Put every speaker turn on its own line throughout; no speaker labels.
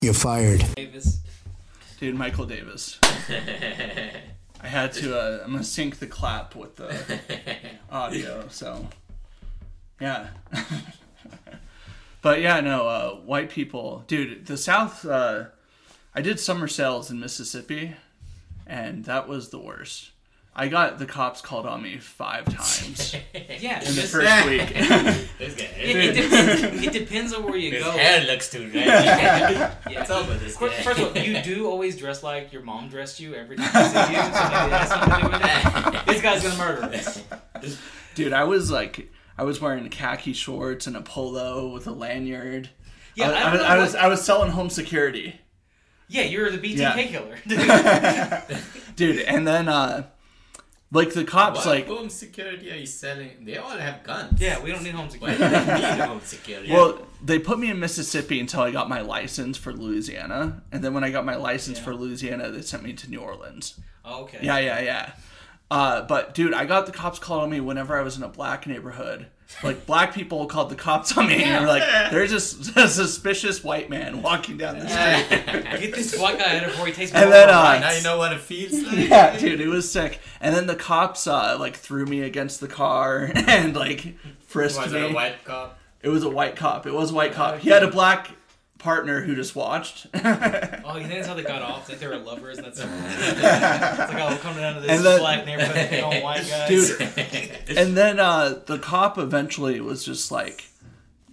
You're fired.
Davis.
Dude, Michael Davis. I had to. Uh, I'm gonna sync the clap with the audio. So, yeah. but yeah, no. Uh, white people, dude. The South. Uh, I did summer sales in Mississippi, and that was the worst. I got the cops called on me five times
Yeah.
in the
Just,
first week.
This guy.
it, it, depends, it depends on where you
His
go.
hair looks too right.
Yeah.
What's up with this
First,
guy?
first of all, you do always dress like your mom dressed you every time I see you. So maybe that's something to do with it. This guy's gonna murder us.
Dude, I was like, I was wearing khaki shorts and a polo with a lanyard.
Yeah,
I,
I,
I
don't
was-
know
I
what-
was I was selling home security,
Yeah, you're the BTK
Yeah.
killer. Dude,
dude. And then, uh, like the cops,
What
like,
home security are you selling? They all have guns.
yeah, we don't need home
Why do
security.
they need home security?
well, they put me in Mississippi until I got my license for Louisiana, and then when I got my license
Yeah.
for Louisiana, they sent me to New Orleans.
Oh, okay.
Yeah, yeah, yeah. Uh, but dude, I got the cops called on me whenever I was in a black neighborhood. Like black people called the cops on me, and they're like, "There's just a suspicious white man walking down the street."
Get this white guy out of before he takes
And
more
then,
of our rights.
uh,
now you know what it feels like.
yeah, dude, it was sick. And then the cops uh, like threw me against the car and like frisked
Was
me.
it a white cop?
It was a white cop. It was a white cop. He had a black partner who just watched. and
Oh, you think that's how they got off? Like they were lovers, and that's it's like, oh, we're coming down to this
And then-
black neighborhood, and they don't white guys.
Dude. then uh, the cop eventually was just like,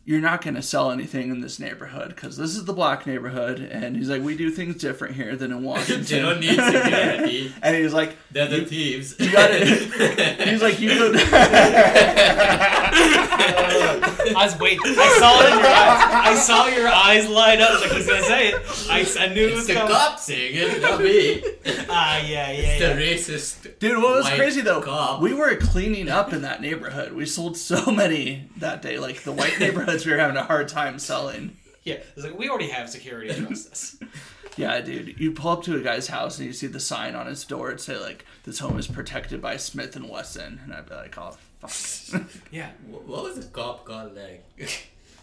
"You're not gonna sell anything in this neighborhood because this is the black neighborhood." And he's like, "We do things different here than in
they
Washington."
don't need security.
and he was like,
They're the
You-
thieves.
"You got it." He's like, "You go."
I was waiting. I saw it in your eyes. I saw your eyes light up. I was Like he's gonna say it. I, I knew it
It's
was
the
coming.
cop saying it, not me.
Ah, yeah, yeah,
The
yeah.
racist.
Dude, what was
White
crazy though?
cop.
We were cleaning up in that neighborhood. We sold so many that day. Like the white neighborhoods, we were having a hard time selling.
yeah. It's like we already have security trust us.
Yeah, dude. You pull up to a guy's house and you see the sign on his door and say like, "This home is protected by Smith and Wesson," and I'd be like, "Oh, fuck."
Yeah.
Wh- What was the cop called like?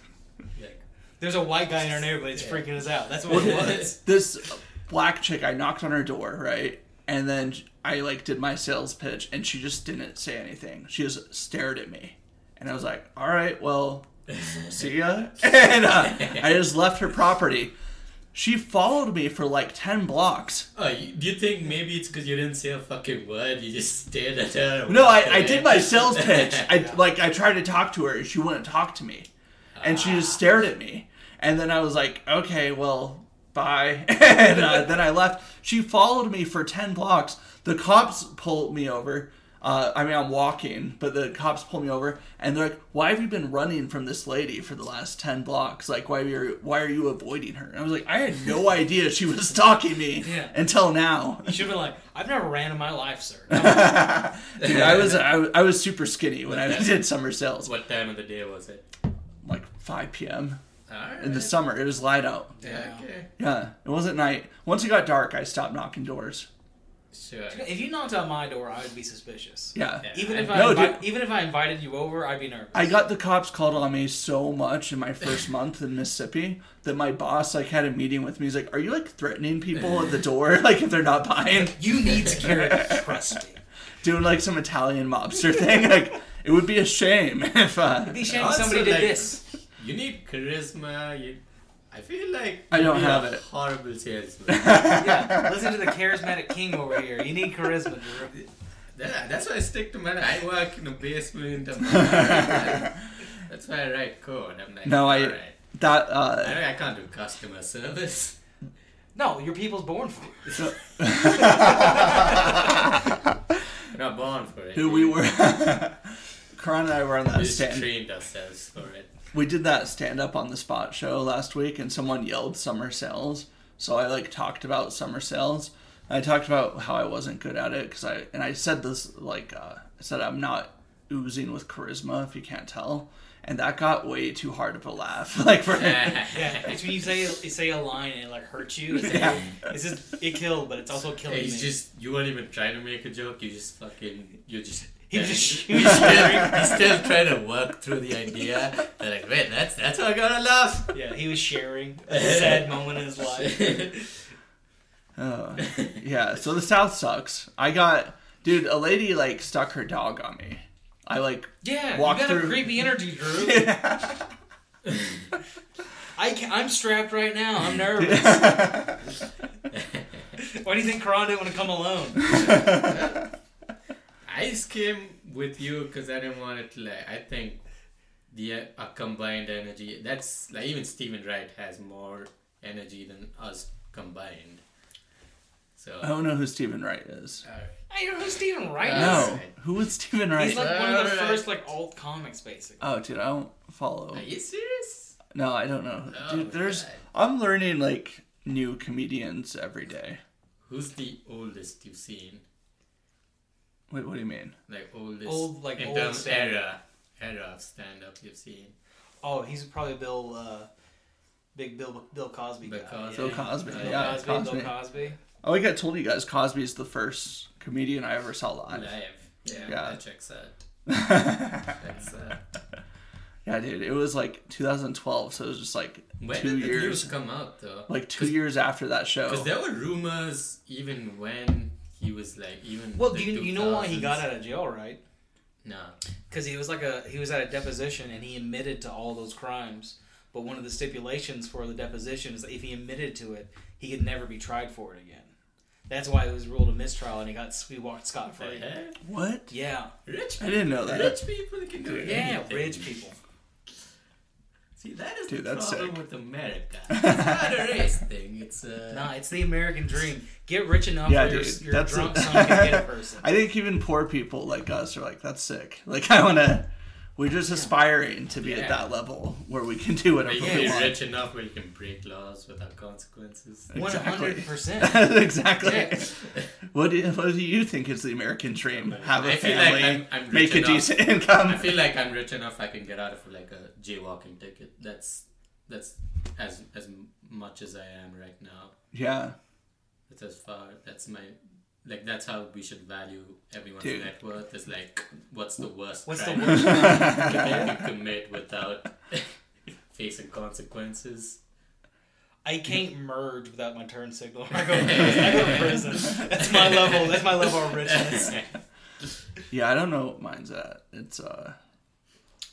like
There's a white guy in our neighborhood. It's freaking us out. That's what it was.
this black chick, I knocked on her door, right, and then I like did my sales pitch, and she just didn't say anything. She just stared at me, and I was like, "All right, well, see ya," and uh, I just left her property. She followed me for like ten blocks.
Oh, you, do you think maybe it's because you didn't say a fucking word? You just stared at her. and
No,
walked
I, I
away?
did my sales pitch. I like I tried to talk to her and she wouldn't talk to me. And she just stared at me. And then I was like, okay, well, bye. and uh, then I left. She followed me for 10 blocks. The cops pulled me over. Uh, I mean, I'm walking, but the cops pull me over, and they're like, "Why have you been running from this lady for the last ten blocks? Like, why are you why are you avoiding her?" And I was like, "I had no idea she was stalking me
Yeah.
until now."
You should have been like, I've never ran in my life, sir.
Dude, I was I, was- I was super skinny when I did summer sales.
What time of the day was it?
like 5 p.m.
Alright.
in the summer. It was light out.
Yeah, okay.
Yeah, it wasn't night. Once it got dark, I stopped knocking doors.
Sure.
If you knocked on my door, I would be suspicious.
Yeah.
Yeah.
Even if I
No,
invi- even if I invited you over, I'd be nervous.
I got the cops called on me so much in my first month in Mississippi that my boss like had a meeting with me. He's like, "Are you like threatening people at the door like if they're not buying?"
You need security. Trust me.
Doing like some Italian mobster thing. Like it would be a shame if uh,
It'd be a shame if
Also,
somebody did
like-
this.
You need charisma. You, I feel like
I don't
you're
have
a
it.
Horrible salesman.
Yeah, listen to the charismatic king over here. You need charisma. Drew.
That- that's why I stick to man. I work in a basement. I'm that's why I write code. I'm like,
No, I-
"All right."
that
I,
uh,
don't- I can't do customer service.
No, your people's born for it.
We're not born for it.
who we were. Karan and I were on that
We just
stand.
trained ourselves for it.
we did that stand up on the spot show last week and someone yelled summer sales so i like talked about summer sales i talked about how i wasn't good at it because i and i said this like uh, i said i'm not oozing with charisma if you can't tell and that got way too hard of a laugh like for
Yeah, it's when you say you say a line and it like hurts you. It's, like, it's just it killed, but it's also killing
Hey,
me.
It's just you weren't even trying to make a joke. You just fucking you're just
He
And
was just, he
he's
was just
still,
sharing.
he's still trying to work through the idea. They're like, wait, that's that's what I gotta laugh.
Yeah, he was sharing a sad moment in his life.
Oh, yeah. So the South sucks. I got dude. A lady like stuck her dog on me. I like.
Yeah,
Walk
you got
through.
a creepy energy, Drew. I can, I'm strapped right now. I'm nervous. Why do you think Karan didn't want to come alone?
I just came with you because I didn't want it to like. I think the uh, a combined energy. That's like even Stephen Wright has more energy than us combined. So
Oh.
I don't know who Stephen Wright is.
alright.
I don't know who Stephen Wright is.
No, who is Stephen Wright?
He's like one of the
Alright.
first like alt comics, basically.
oh, dude, I don't follow.
are you serious?
No, I don't know.
Oh,
Dude, there's.
God.
I'm learning like new comedians every day.
Who's the oldest you've seen?
Wait, what do you mean?
Like oldest
Old, like,
in
old
terms
stand-up.
era era of stand up you've seen.
Oh, he's probably Bill, uh, big Bill, Bill Cosby.
Bill
guy.
Cosby.
Bill Cosby.
Bill
Yeah,
Cosby,
Cosby.
Bill Cosby.
I like I told you guys, Cosby's the first comedian I ever saw live.
Live. Yeah,
Yeah.
that checks out. Checks out.
Yeah, dude, it was like 2012, so it was just like
When
two
did the news
years,
come out though?
like oh. two years after that show.
Because there were rumors even when he was like even.
Well,
the
you, you know why he
2000s.
got out of jail, right?
No.
Because he was like a he was at a deposition and he admitted to all those crimes. But one of the stipulations for the deposition is that if he admitted to it, he could never be tried for it again. That's why it was ruled a mistrial and he got he walked scot free.
Eh?
What?
Yeah,
Rich.
I didn't know that.
Rich people can do it.
yeah, rich people.
See, that is
Dude,
the
that's
problem
sick.
with America. It's not a race thing. It's uh,
Nah, it's the American dream. Get rich enough
Yeah,
where
dude,
your, your
that's a-
drunk son can get a person.
I think even poor people like us are like, that's sick. Like, I want to. We're just aspiring to be
Yeah.
at that level where we can do whatever
You
Yeah,
can
we
be
yeah.
want.
rich enough where you can break laws without consequences.
One hundred percent.
exactly.
Yeah.
What, do, what do you think is the American dream? Have a
I feel like
family,
I'm- I'm rich
make a
enough.
decent
I
income.
feel like I'm rich enough. I can get out of like a jaywalking ticket. That's that's as as much as I am right now.
Yeah,
That's as far. That's my like. That's how we should value everyone's
Dude.
net worth. Is like, what's the worst
What's the
crime
worst?
that you commit without facing consequences?
I can't merge without my turn signal. I go, to prison. I go to prison. That's my level. That's my level of richness.
yeah. I don't know what mine's at. It's uh.
Well,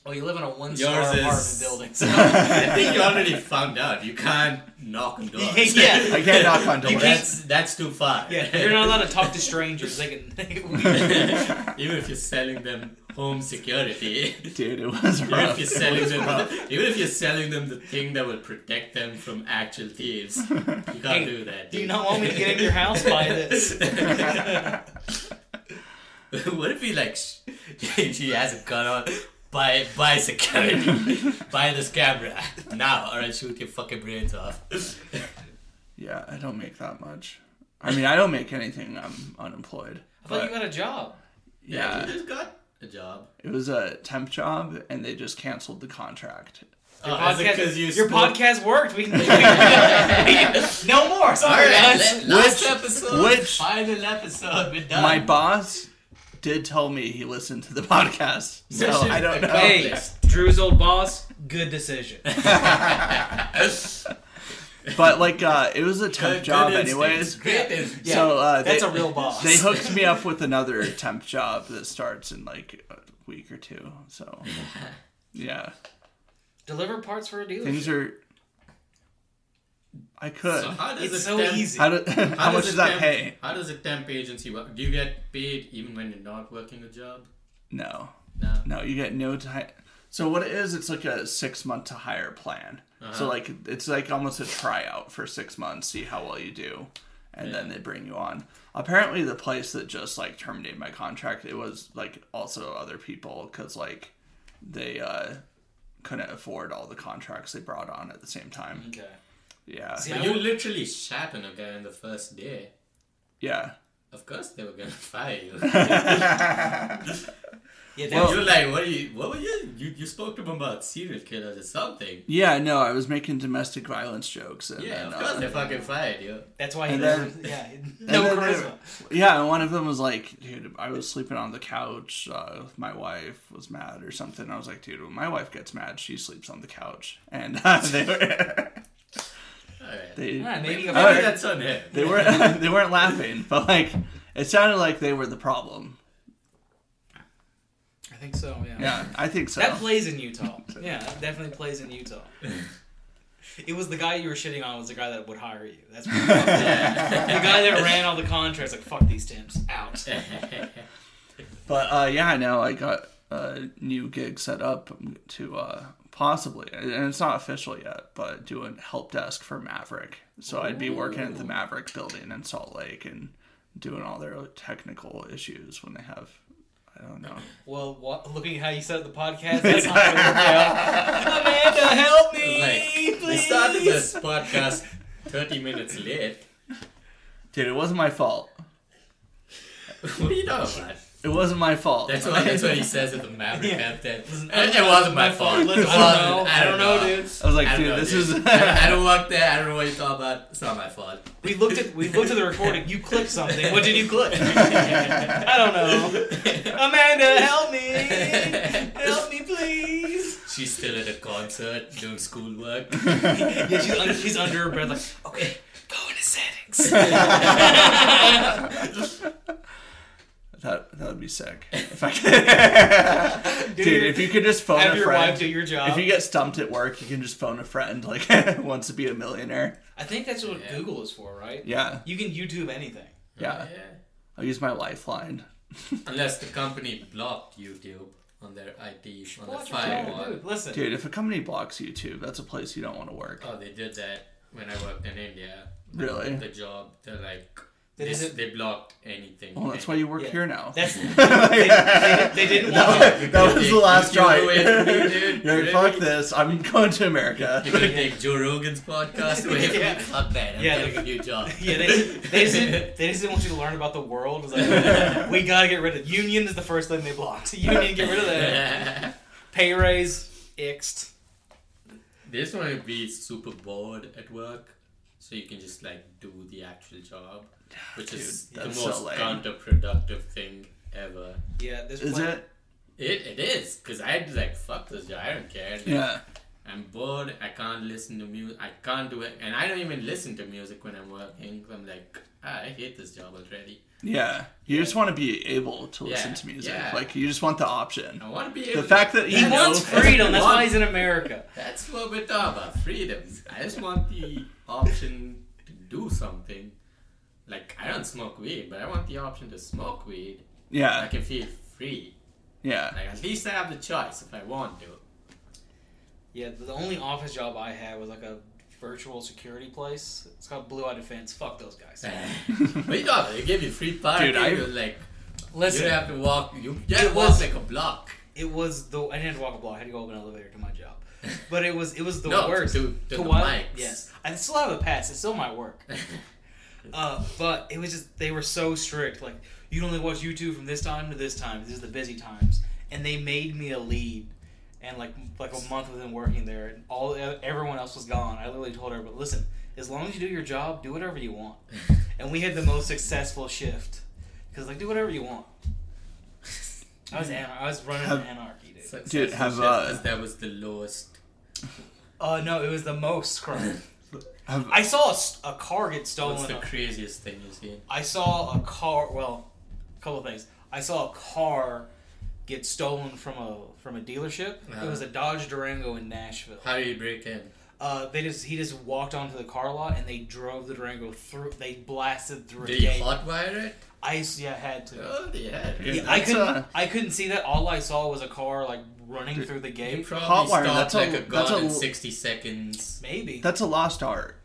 Oh, you live in a one-star
Yours
apartment
is-
building, so
I think you already found out. You can't knock on doors.
Yeah.
I can't knock on
You can't-
doors.
That's that's too far.
yeah, you're not allowed to talk to strangers. They can. They
even if you're selling them home security.
Dude, it was
Even
rough.
if you're
It
selling
was
them,
rough.
even if you're selling them the thing that will protect them from actual thieves, you can't
Hey,
do that.
do you not want me to get in your house? Buy this.
what if we like? sh- she has a gun on. Buy, buy security. buy this camera now, or I'll shoot your fucking brains off.
Yeah, I don't make that much. I mean, I don't make anything. I'm unemployed.
I thought you
But
got a job.
Yeah,
yeah,
you just got a job.
it was a temp job, and they just canceled the contract.
Your
Podcast- your podcast worked. We can. no more. Sorry,
All right,
guys.
last
Which-
episode,
which-
final episode, we're done.
My boss did tell me he listened to the podcast, so
Mission
I don't know.
accomplished.
Hey, Drew's old boss. Good decision.
But like, uh, it was a temp
Good-
job,
good instincts.
anyways.
Great instincts.
Yeah,
so uh,
that's
they,
a real boss.
They hooked me up with another temp job that starts in like a week or two. So yeah,
Deliver parts for a dealer.
things are. I could.
So how does
It's
a
so
temp-
easy.
how, do, how,
how
much
a
does that
temp-
pay?
How does a temp agency work? Do you get paid even when you're not working a job?
No,
No.
no, you get no time. So what it is, it's like a six month to hire plan.
Uh-huh.
So like it's like almost a tryout for six months, see how well you do, and then they bring you on. Apparently, the place that just like terminated my contract, it was like also other people because like they uh couldn't afford all the contracts they brought on at the same
Mm-hmm.
time.
Okay.
Yeah,
See,
But
I
you
would-
literally shat on a guy on the first day.
yeah.
Of course they were gonna fire you.
Yeah, that
Well-
was-
you're like, what are you? What were you? You, you spoke to him about serial killers or something.
Yeah, no, I was making domestic violence jokes. And,
Yeah,
and,
of course
uh,
they fucking fired you.
that's why he
and
doesn't.
then-
yeah, no
and then they-
charisma.
yeah, and one of them was like, dude, I was sleeping on the couch. Uh, my wife was mad or something. I was like, dude, when my wife gets mad, she sleeps on the couch. And uh, they were.
All right.
They,
All right, maybe
Maybe
you got-
Alright.
that's on him.
they weren't they weren't laughing, but like it sounded like they were the problem.
I think so. Yeah.
Yeah, I think so.
That plays in Utah. Yeah, that definitely plays in Utah. It was the guy you were shitting on was the guy that would hire you. That's what the guy that ran all the contracts. Like fuck these temps out.
But uh, yeah, now I got a new gig set up to uh, possibly, and it's not official yet, but doing help desk for Maverick. So I'd be working at the Maverick building in Salt Lake and doing all their technical issues when they have, I don't know.
Well, wha- looking at how you set up the podcast, that's not going to work out. Amanda, help me,
like,
please.
we started this podcast 30 minutes late.
Dude, it wasn't my fault.
what are you talking about?
It wasn't my fault.
That's what, that's what he says at the Maverick
Yeah.
camp. That,
Listen,
it, it wasn't my
my
fault.
fault. Listen,
It
I
wasn't.
don't know. I don't know, dude.
I was like,
I don't
dude,
know,
this
dude.
is.
I, I don't work there. I don't know what you're talking about. It's not my fault.
We looked at we looked at the recording. You clicked something. What did you click? I don't know. Amanda, help me, help me, please.
She's still at a concert doing schoolwork.
Yeah, she's, un- she's under her breath, like, okay, go into settings.
That that would be sick. If I could, dude, if you could just phone
Have
a
your
friend,
wife do your job.
if you get stumped at work, you can just phone a friend like wants to be a millionaire.
I think that's what
Yeah.
Google is for, right?
Yeah,
You can YouTube anything.
yeah. I'll use my lifeline.
Unless the company blocked YouTube on their IP, on their
Watch your phone,
firewall.
dude. Listen,
Dude, if a company blocks YouTube, that's a place you don't want to work.
Oh, they did that when I worked in India.
Really?
The job, they're like,
That
they,
isn't-
they blocked anything.
Well, that's why you work
Yeah.
here now.
that's they, they, they didn't want.
that was, that was the last
You
try.
away from me, dude.
You're like, fuck this. I'm going to America.
You're gonna take Joe Rogan's podcast away from
Yeah.
me? Fuck that. I'm
Yeah,
getting
they-
a new job.
Yeah, they, they, just didn't, they just didn't want you to learn about the world. It's like, we gotta get rid of union is the first thing they blocked. Union, get rid of that. Pay raise, ixed.
They just want to be super bored at work, so you can just like do the actual job, which is
Dude,
the
that's
most
so lame.
counterproductive thing ever.
Yeah, this
Is
plan-
it?
It it is because I'd be like fuck this job. I don't care. Like,
Yeah.
I'm bored. I can't listen to music. I can't do it, and I don't even listen to music when I'm working. I'm like, ah, I hate this job already.
Yeah. You just want to be able to listen
Yeah,
to music.
yeah.
Like, you just want the option.
I want to be
The
able.
fact that
He
you know-
wants freedom. That's why he's in America.
That's what we're talking about, freedom. I just want the option to do something. Like, I don't smoke weed, but I want the option to smoke weed. I
Yeah.
can feel free.
Yeah.
Like, at least I have the choice if I want to.
Yeah, the only office job I had was like a virtual security place. It's called Blue Eye Defense. Fuck those guys.
but you know, they give you free parking.
Dude, I-
You're like, you
Listen,
don't have to walk. You
It
just walk
was-
like a block.
it was the I didn't have to walk a block. I had to go up an elevator to my job. But it was it was the
no,
worst.
to, to the
what-
mics.
Yes, I still have a pass. It's still my work. Uh, but it was just they were so strict. Like you'd only watch YouTube from this time to this time. This is the busy times, and they made me a lead. And like like a month within working there, and all everyone else was gone. I literally told her, "But listen, as long as you do your job, do whatever you want." And we had the most successful shift because like do whatever you want. I was anar- I was running
Have-
an anarchy, dude.
Successful
have,
shift,
uh,
'cause that was the lowest.
Oh no, it was the most crime.
Have-
I saw a, s- a car get stolen.
What's the
a-
craziest thing you see?
I saw a car. Well, a couple of things. I saw a car get stolen from a from a dealership.
Uh-huh.
It was a Dodge Durango in Nashville.
How do you break in?
Uh, they just he just walked onto the car lot and they drove the Durango through. They blasted through
Do
a
you
gate.
hotwire it?
I s- yeah had to.
Oh, yeah.
Dude,
Yeah, I
that's,
couldn't.
uh,
I couldn't see that. All I saw was a car like running
Dude,
through the
You
gate.
probably
Hotwire,
stopped
that's a-
like a
that's a
gun in
l-
60 seconds.
Maybe.
That's a lost art.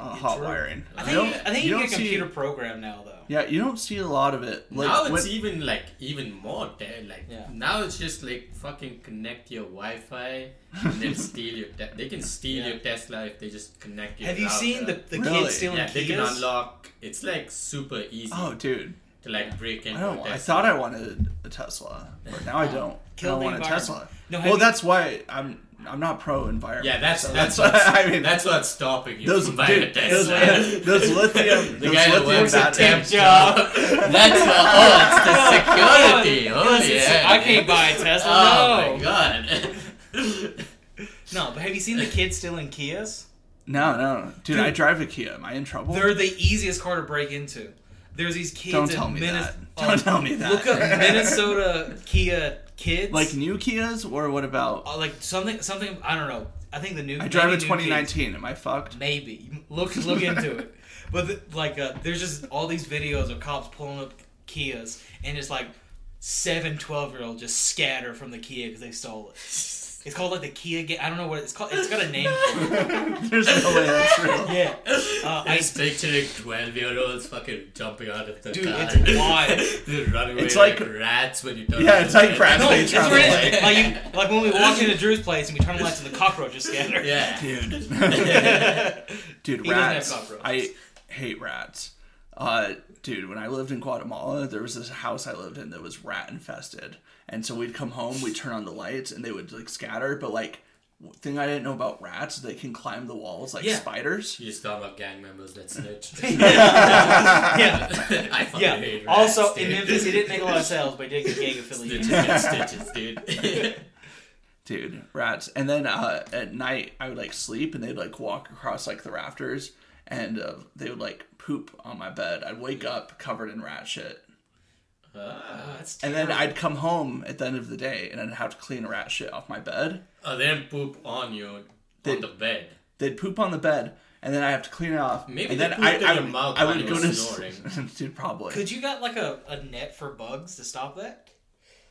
Uh,
It's
hot
true.
wiring.
I
You
think
don't-
you, I think you,
you don't
get a
see-
computer program now though.
Yeah, you don't see a lot of it. Like,
now it's
when-
even like even more dead. Like
Yeah.
now it's just like fucking connect your Wi-Fi and then steal your. Te- they can steal
Yeah.
your Tesla if they just connect your.
Have you seen the
router.
the
Really?
kids stealing
Yeah, they can
Kias?
unlock. It's like super easy
oh, dude.
to to like break into
I don't.
a
I
Tesla.
thought I wanted a Tesla, but now I don't.
Kill
I
the
don't want a
environment.
Tesla.
No, have
well,
you-
that's why I'm. I'm not pro environment.
Yeah, that's
so
that's,
that's
what's,
what I mean.
That's what's stopping you
those
from
dude,
buying a
those,
Tesla.
those lithium.
the
those
guy that
lithium
works at
batteries.
temp job. That's the oh, it's the security. Oh yeah.
I can't buy a Tesla.
Oh
no.
my god.
No, but have you seen the kids stealing Kias?
No, no, dude,
Dude.
I drive a Kia. Am I in trouble?
They're the easiest car to break into. There's these kids.
Don't
in
tell me
Minnes-
that.
Oh,
Don't tell me that.
Look up Minnesota Kia kids.
like new Kias or what about?
Uh, like something, something. I don't know. I think the new.
I drive a
maybe new Kias.
2019. Am I fucked?
Maybe look look into it. But the, like, uh, there's just all these videos of cops pulling up Kias, and it's like seven 12 year olds just scatter from the Kia because they stole it. It's called like the Kia game. I don't know what it's called. It's got a name. for it.
There's no way that's real.
Yeah, uh,
I
I
just picturing twelve year olds fucking jumping out of the
Dude,
car.
it's wild.
They're running away
It's
like,
like-
rats when you turn.
Yeah,
on
it's
the
like
light.
rats
No,
they
that's
travel
what it
away.
is. Like, you, like when we walked into Drew's place and we turned the lights on, the cockroaches scatter.
Yeah.
Dude. dude,
He doesn't have
rats.
cockroaches.
I hate rats. Uh, dude, when I lived in Guatemala, there was this house I lived in that was rat infested, and so we'd come home, we'd turn on the lights, and they would like scatter. But like, w- thing I didn't know about rats, they can climb the walls like
Yeah.
spiders.
You just thought about gang members that snitch.
yeah.
I fucking
yeah.
hate rats,
Also,
dude.
in Memphis, it didn't make a lot of sales, but it did get gang affiliated.
Snitches get stitches, dude.
Dude, rats. And then uh, at night, I would like sleep, and they'd like walk across like the rafters, and uh, they would like poop on my bed. I'd wake up covered in rat shit.
Ah.
That's
And then
terrible.
I'd come home at the end of the day and I'd have to clean rat shit off my bed.
Oh, they didn't poop on you
They-
on the bed.
They'd poop on the bed and then I have to clean it off.
Maybe
and
they
then
pooped in your
would-
mouth
I
while
would
you
go
were
to
snoring.
dude probably.
Could you got like a, a net for bugs to stop that?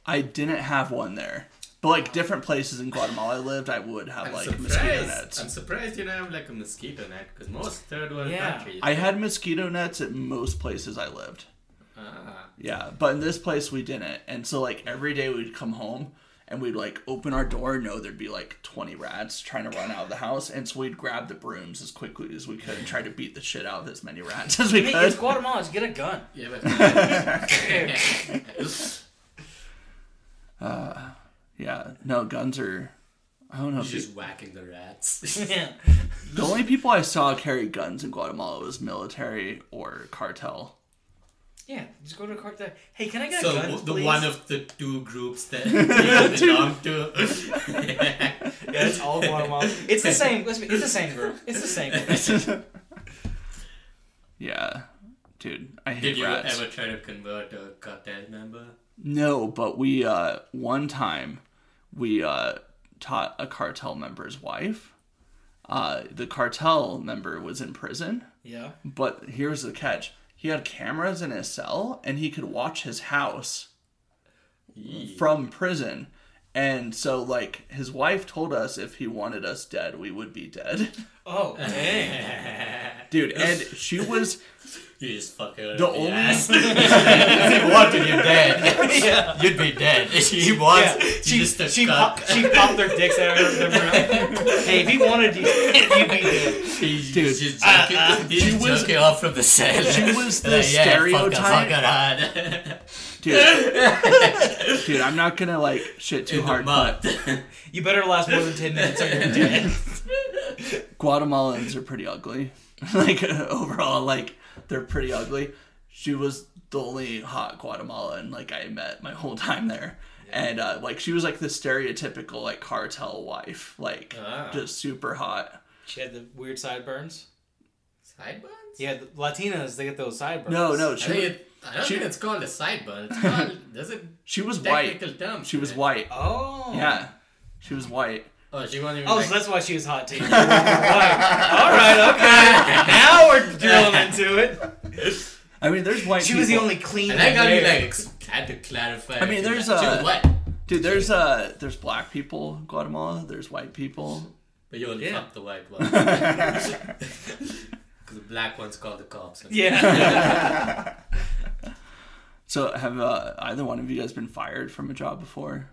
I didn't have one there. But like different places in Guatemala I lived, I would have
I'm
like mosquito
surprised.
nets.
I'm surprised you don't have like a mosquito net because most third world
Yeah.
countries.
I had mosquito nets at most places I lived.
Ah.
Yeah, but in this place we didn't. And so like every day we'd come home and we'd like open our door, know there'd be like 20 rats trying to run out of the house, and so we'd grab the brooms as quickly as we could and try to beat the shit out of as many rats as we
I mean,
could.
it's Guatemala. Just get a gun.
Yeah, but
Yeah, no, guns are. I don't know. If
just whacking the rats.
yeah.
the only people I saw carry guns in Guatemala was military or cartel.
Yeah. Just go to a cart there. Hey, can I get
so
a gun?
the
please?
one of the two groups that you belong to.
yeah, it's all Guatemala. It's the same. Let's be, it's the same group. It's the same. Group.
Yeah, dude, I hate
Did you
rats.
ever try to convert a cartel member?
No, but we uh, one time we uh, taught a cartel member's wife. Uh, the cartel member was in prison,
Yeah.
but here's the catch: he had cameras in his cell, and he could watch his house from prison. And so, like, his wife told us if he wanted us dead, we would be dead,
Oh dang.
dude. And she was
You just fuck her.
the
in
only.
ass. if you wanted you dead.
yeah.
You'd be dead. She was
Yeah, she
just a
she,
cuck.
pop, she popped their dicks out of their mouth. hey, if he wanted you, you'd be dead.
He's
Dude. uh,
just jerking, he's just
was-
jerking off from the cell.
She was the
Like, yeah, fuck her,
stereotype-
fuck her hard.
dude, dude, I'm not gonna like shit too
In the
hard.
mud.
You better last more than ten minutes or you're dead.
Guatemalans are pretty ugly. like overall, like they're pretty ugly. She was the only hot Guatemalan like I met my whole time there, and uh, like she was like the stereotypical like cartel wife, like
Ah.
just super hot.
She had the weird sideburns.
Sideburns?
Yeah, the Latinas they get those sideburns.
No, no,
I,
she
think
was,
it, I don't
she-
think it's called a sideburn. It's called, there's a
she was white.
technical term.
She
for
was
it.
white.
Oh.
Yeah, she was white.
Oh, she wasn't even
Oh,
like,
so that's why she was hot too. Like, All right, okay. Now we're drilling into it.
I mean, there's white.
She was the
people-
only clean.
And I gotta be
there.
like, ex- had to clarify.
I mean, there's
She was
a-
what?
dude. There's uh, there's black people in Guatemala. There's white people.
But you only
Yeah.
fucked the white one. Because the black one's called the cops.
yeah.
So have uh, either one of you guys been fired from a job before?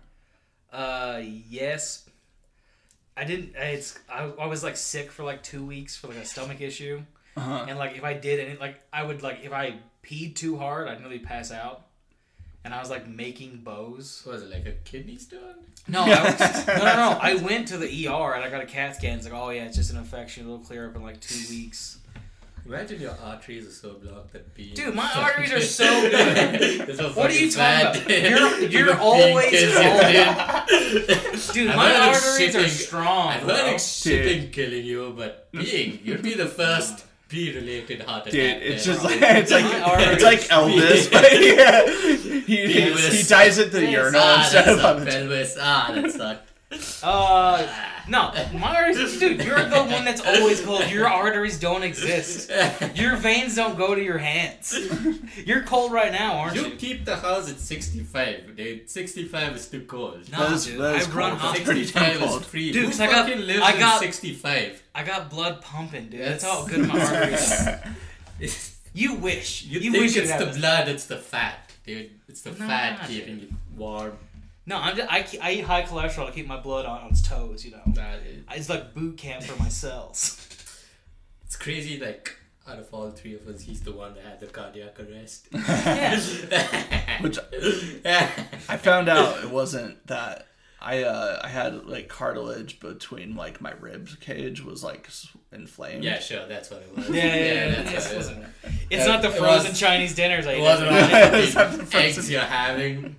Uh, yes. I didn't. I- It's I, I was like sick for like two weeks for like a stomach issue,
Uh-huh.
And like if I did any like I would like if I peed too hard, I'd nearly pass out. And I was like making bows.
Was it like a kidney stone?
No, I was, no, no, no. I went to the ER and I got a CAT scan. It's like, oh yeah, it's just an infection. It'll clear up in like two weeks.
Imagine your arteries are so blocked that being.
Dude, my arteries are so good.
This was
What are you
fucking
talking
bad.
about? You're- you're
Being
always
kids, dude.
Dude,
I'm
my
not
arteries are
shipping-
strong.
I'm
bro.
not shipping killing you, but being you'd be the first pee-related heart attack.
Dude, it's
there.
just like it's like
My
it's like Elvis,
arteries.
but yeah, he, he,
Beavis.
he dies at the
Yes.
urinal
ah,
instead
that
of on
sucked,
the. toilet.
pelvis. Ah, that sucked.
Uh, no, my arteries, dude. You're the one that's always cold. Your arteries don't exist. Your veins don't go to your hands. You're cold right now, aren't
you
you?
keep the house at 65, dude. 65 is too cold.
No,
That is-
dude.
that is
I run
cold.
hot.
That's pretty
65
damn
is
cold.
free.
Dude,
Who
'cause I got-
fucking lives
I got-
in 65?
I got blood pumping, dude. That's
Yes.
how good my arteries are. You wish.
you,
You,
think
wish
it's
you'd
the
have this.
blood, it's the fat, dude. It's the
No,
fat
not
keeping you warm.
No, I'm just, I, ke- I eat high cholesterol to keep my blood on, on its toes, you know.
That is,
It's like boot camp for my cells.
it's crazy, like, out of all three of us, he's the one that had the cardiac arrest.
Yeah.
Which I found out it wasn't that I uh, I had like cartilage between like my rib cage was like s- inflamed.
yeah, sure, that's what it was.
Yeah, yeah, yeah.
that's
It's,
what it was.
wasn't- it's
Yeah,
not the
it
frozen
was-
Chinese dinners I
It
eat.
wasn't all
Yeah,
the
it's not the
fucking
frozen-
eggs you're having.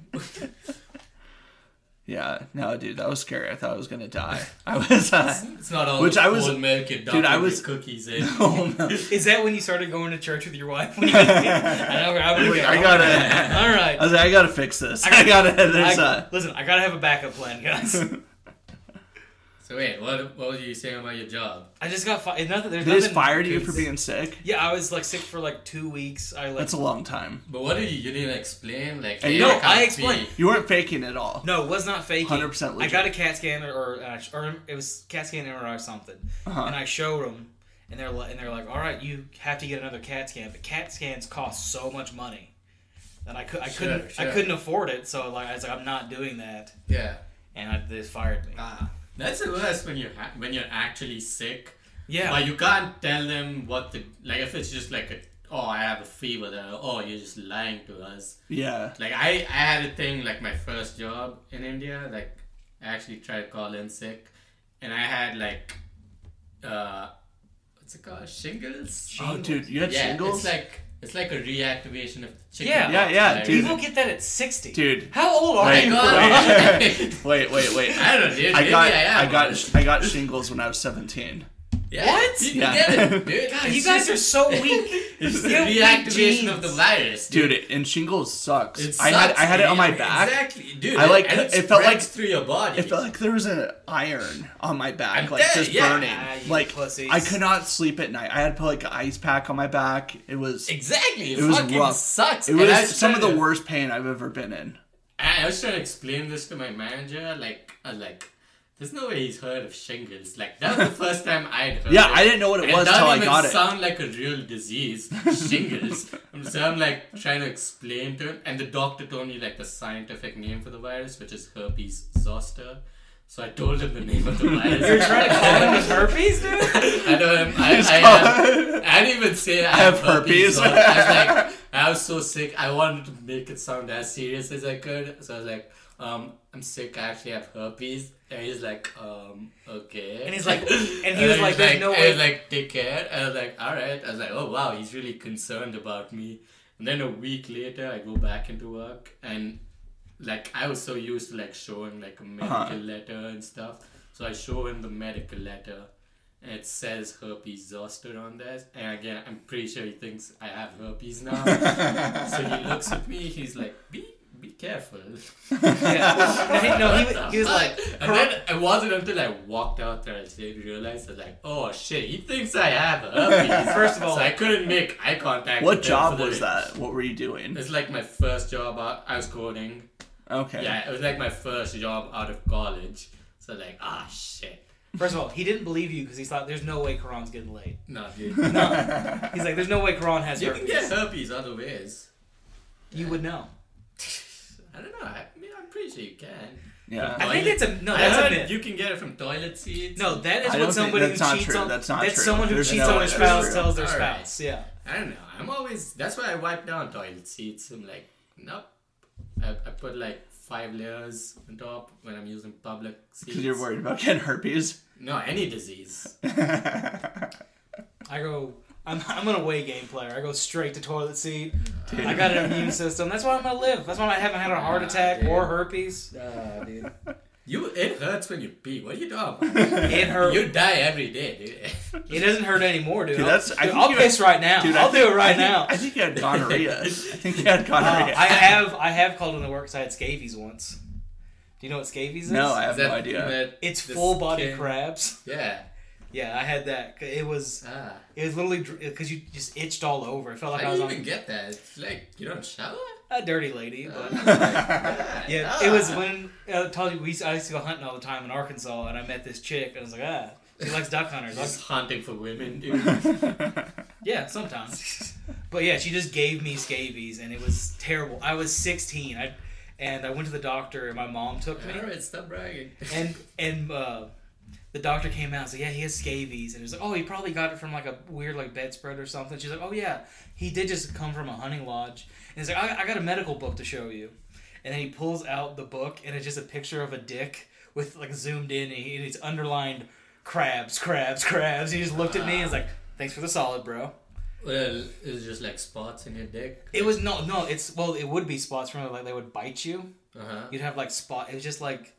yeah. No, dude, that was scary. I thought I was gonna die. I was. Uh,
It's not all
Which
the
I was-
cold milk you're
dude, I
dumping
was-
your cookies in.
oh no.
Is that when you started going to church with your wife? When you- I know. I,
I
was-
gotta.
All
I
right.
was like, I gotta fix this.
I
I
gotta-
gotta. There's
I-
uh
listen, I gotta have a backup plan, guys.
So wait, what what were you saying about your job?
I just got fired. Nothing. There's
They just
nothing-
fired you for being sick.
Yeah, I was like sick for like two weeks. I like.
That's a long time.
But what did you you didn't explain like
Hey,
hey,
no,
can't
I
pee.
explained.
You weren't faking at all.
no, it was not faking.
100%
I
legit.
got a CAT scan or or, uh, or it was CAT scan MRI or something,
Uh-huh.
and I showed them, and they're li- and they're like, "All right, you have to get another CAT scan, but CAT scans cost so much money." And I, could, I
Sure,
couldn't I
sure.
couldn't afford it, so like I was like I'm not doing that,
Yeah.
and I, they fired me.
Ah. That's the worst when you ha- when you're actually sick.
Yeah,
But you can't tell them what the like if it's just like a oh I have a fever then oh you're just lying to us.
Yeah.
Like I I had a thing like my first job in India like I actually tried to call in sick, and I had like uh what's it called shingles.
Oh, dude, you had
yeah,
shingles.
it's like it's like a reactivation of the chicken.
Yeah.
Yeah, yeah,
Like-
dude.
People get that at 60.
Dude.
How old are
Oh my
Wait,
you?
God.
Wait, wait, wait.
I don't know, dude.
I
Maybe
got
I, am.
I got I got shingles when I was 17.
Yeah.
What?
You
Yeah.
get it, dude.
God,
It's
you guys
just-
are so weak.
It's the
you have weak
reactivation of the
genes.
virus, dude.
Dude, it, and shingles sucks.
It
I had
sucks,
I had it on
dude.
my back.
Exactly, dude.
I, like,
and it,
it felt like-
spreads through your body.
It felt like there was an iron on my back,
I'm
like
dead,
just
yeah.
burning.
Ah, you
like
pussies.
I could not sleep at night. I had like an ice pack on my back. It was it
exactly. It,
was
fucking
rough.
sucks. And I
was
was
some of
trying
the
to-
worst pain I've ever been in.
I I was trying to explain this to my manager. Like, I was like, there's no way he's heard of shingles. Like, that was the first time I'd heard.
Yeah,
it.
I didn't know what it
It
was
doesn't
till I
even
got it.
sound like a real disease, shingles. And so I'm like trying to explain to him, and the doctor told me like the scientific name for the virus, which is herpes zoster. So I told him the name of the virus.
You're trying to call him with herpes, dude?
I know him. I, I,
He's
have, I didn't even say I, have
have herpes.
herpes. zoster. I was like, I was so sick. I wanted to make it sound as serious as I could. So I was like, um, I'm sick. I actually have herpes. And he's like, um, okay.
And he's like- and he was
I
like, there's no
I
way-
was like, take care. And I was like, all right. I was like, oh wow, he's really concerned about me. And then a week later, I go back into work, and like I was so used to like showing like a medical letter and stuff. So I show him the medical letter, and it says herpes zoster on this. And again, I'm pretty sure he thinks I have herpes now. so he looks at me. He's like, be be careful.
Yeah. No, he, no, he,
What
he was
the
like,
fuck? and then it wasn't until I walked out there I did realize that like, oh shit, he thinks I have herpes.
First of all-
so I couldn't make eye contact.
What
with him
job
for the-
was that? What were you doing?
It's like my first job. out- I was coding.
Okay.
Yeah, it was like my first job out of college. So like, ah shit.
first of all, he didn't believe you because he thought there's no way Karan's getting laid.
No, dude.
He's like, there's no way Karan has
You can
herpes.
get herpes other ways.
You would know.
I don't know. I mean, I'm pretty sure you can.
Yeah.
I think
Toilet-
it's a no.
I
That's a
heard
myth.
You can get it from toilet seats.
No, that is
I
what
don't think-
somebody
that's
who
not
cheats
true.
on.
That's not
that's
true.
someone who
There's
cheats
no
on
way
their
that's
spouse
true.
tells their
All right.
spouse. Yeah.
I don't know. I'm always. That's why I wipe down toilet seats. I'm like, nope. I, I put like five layers on top when I'm using public seats.
Because you're worried about getting herpes.
No, any disease.
I go. I'm, I'm an away game player. I go straight to toilet seat. I got an immune system. That's why I'm gonna live. That's why I haven't had a heart
Ah,
attack
dude.
or herpes.
Ah, dude.
You it hurts when you pee. What are you talking about?
It hurt.
you die every day, dude.
It doesn't hurt anymore, dude.
Dude,
I'll-
that's- I
dude,
think
I'll
you-
piss right now.
Dude, I
I'll do
think-
it right
I think-
now.
I think you had gonorrhea. I think you had gonorrhea.
Uh, I have I have called in the works. I had scabies once. Do you know what scabies is?
no, I have
Is that-
no idea.
that
It's
the
full body
skin-
crabs.
Yeah.
Yeah, I had that. It was
Ah.
it was literally because you just itched all over. It felt like
How
I was
do you
on
even get that? It's like you don't shower. Oh,
a dirty lady, but.
Ah.
Yeah, it was when I told you we used, I used to go hunting all the time in Arkansas, and I met this chick, and I was like, ah, she likes duck hunters. I was
Just
like,
hunting for women, dude.
yeah, sometimes. But yeah, she just gave me scabies, and it was terrible. I was 16, I, and I went to the doctor, and my mom took me,
All right, stop bragging.
and and uh, the doctor came out and said, yeah, he has scabies, and it was like, oh, he probably got it from like a weird like bedspread or something. She's like, oh yeah, he did just come from a hunting lodge, and he's like, I, I got a medical book to show you. and then he pulls out the book and it's just a picture of a dick with like zoomed in and, he, and it's underlined crabs crabs crabs he just looked at me and was like thanks for the solid bro
Well, it was just like spots in your dick.
it was no no it's well it would be spots from like they would bite you
Uh huh.
you'd have like spot it was just like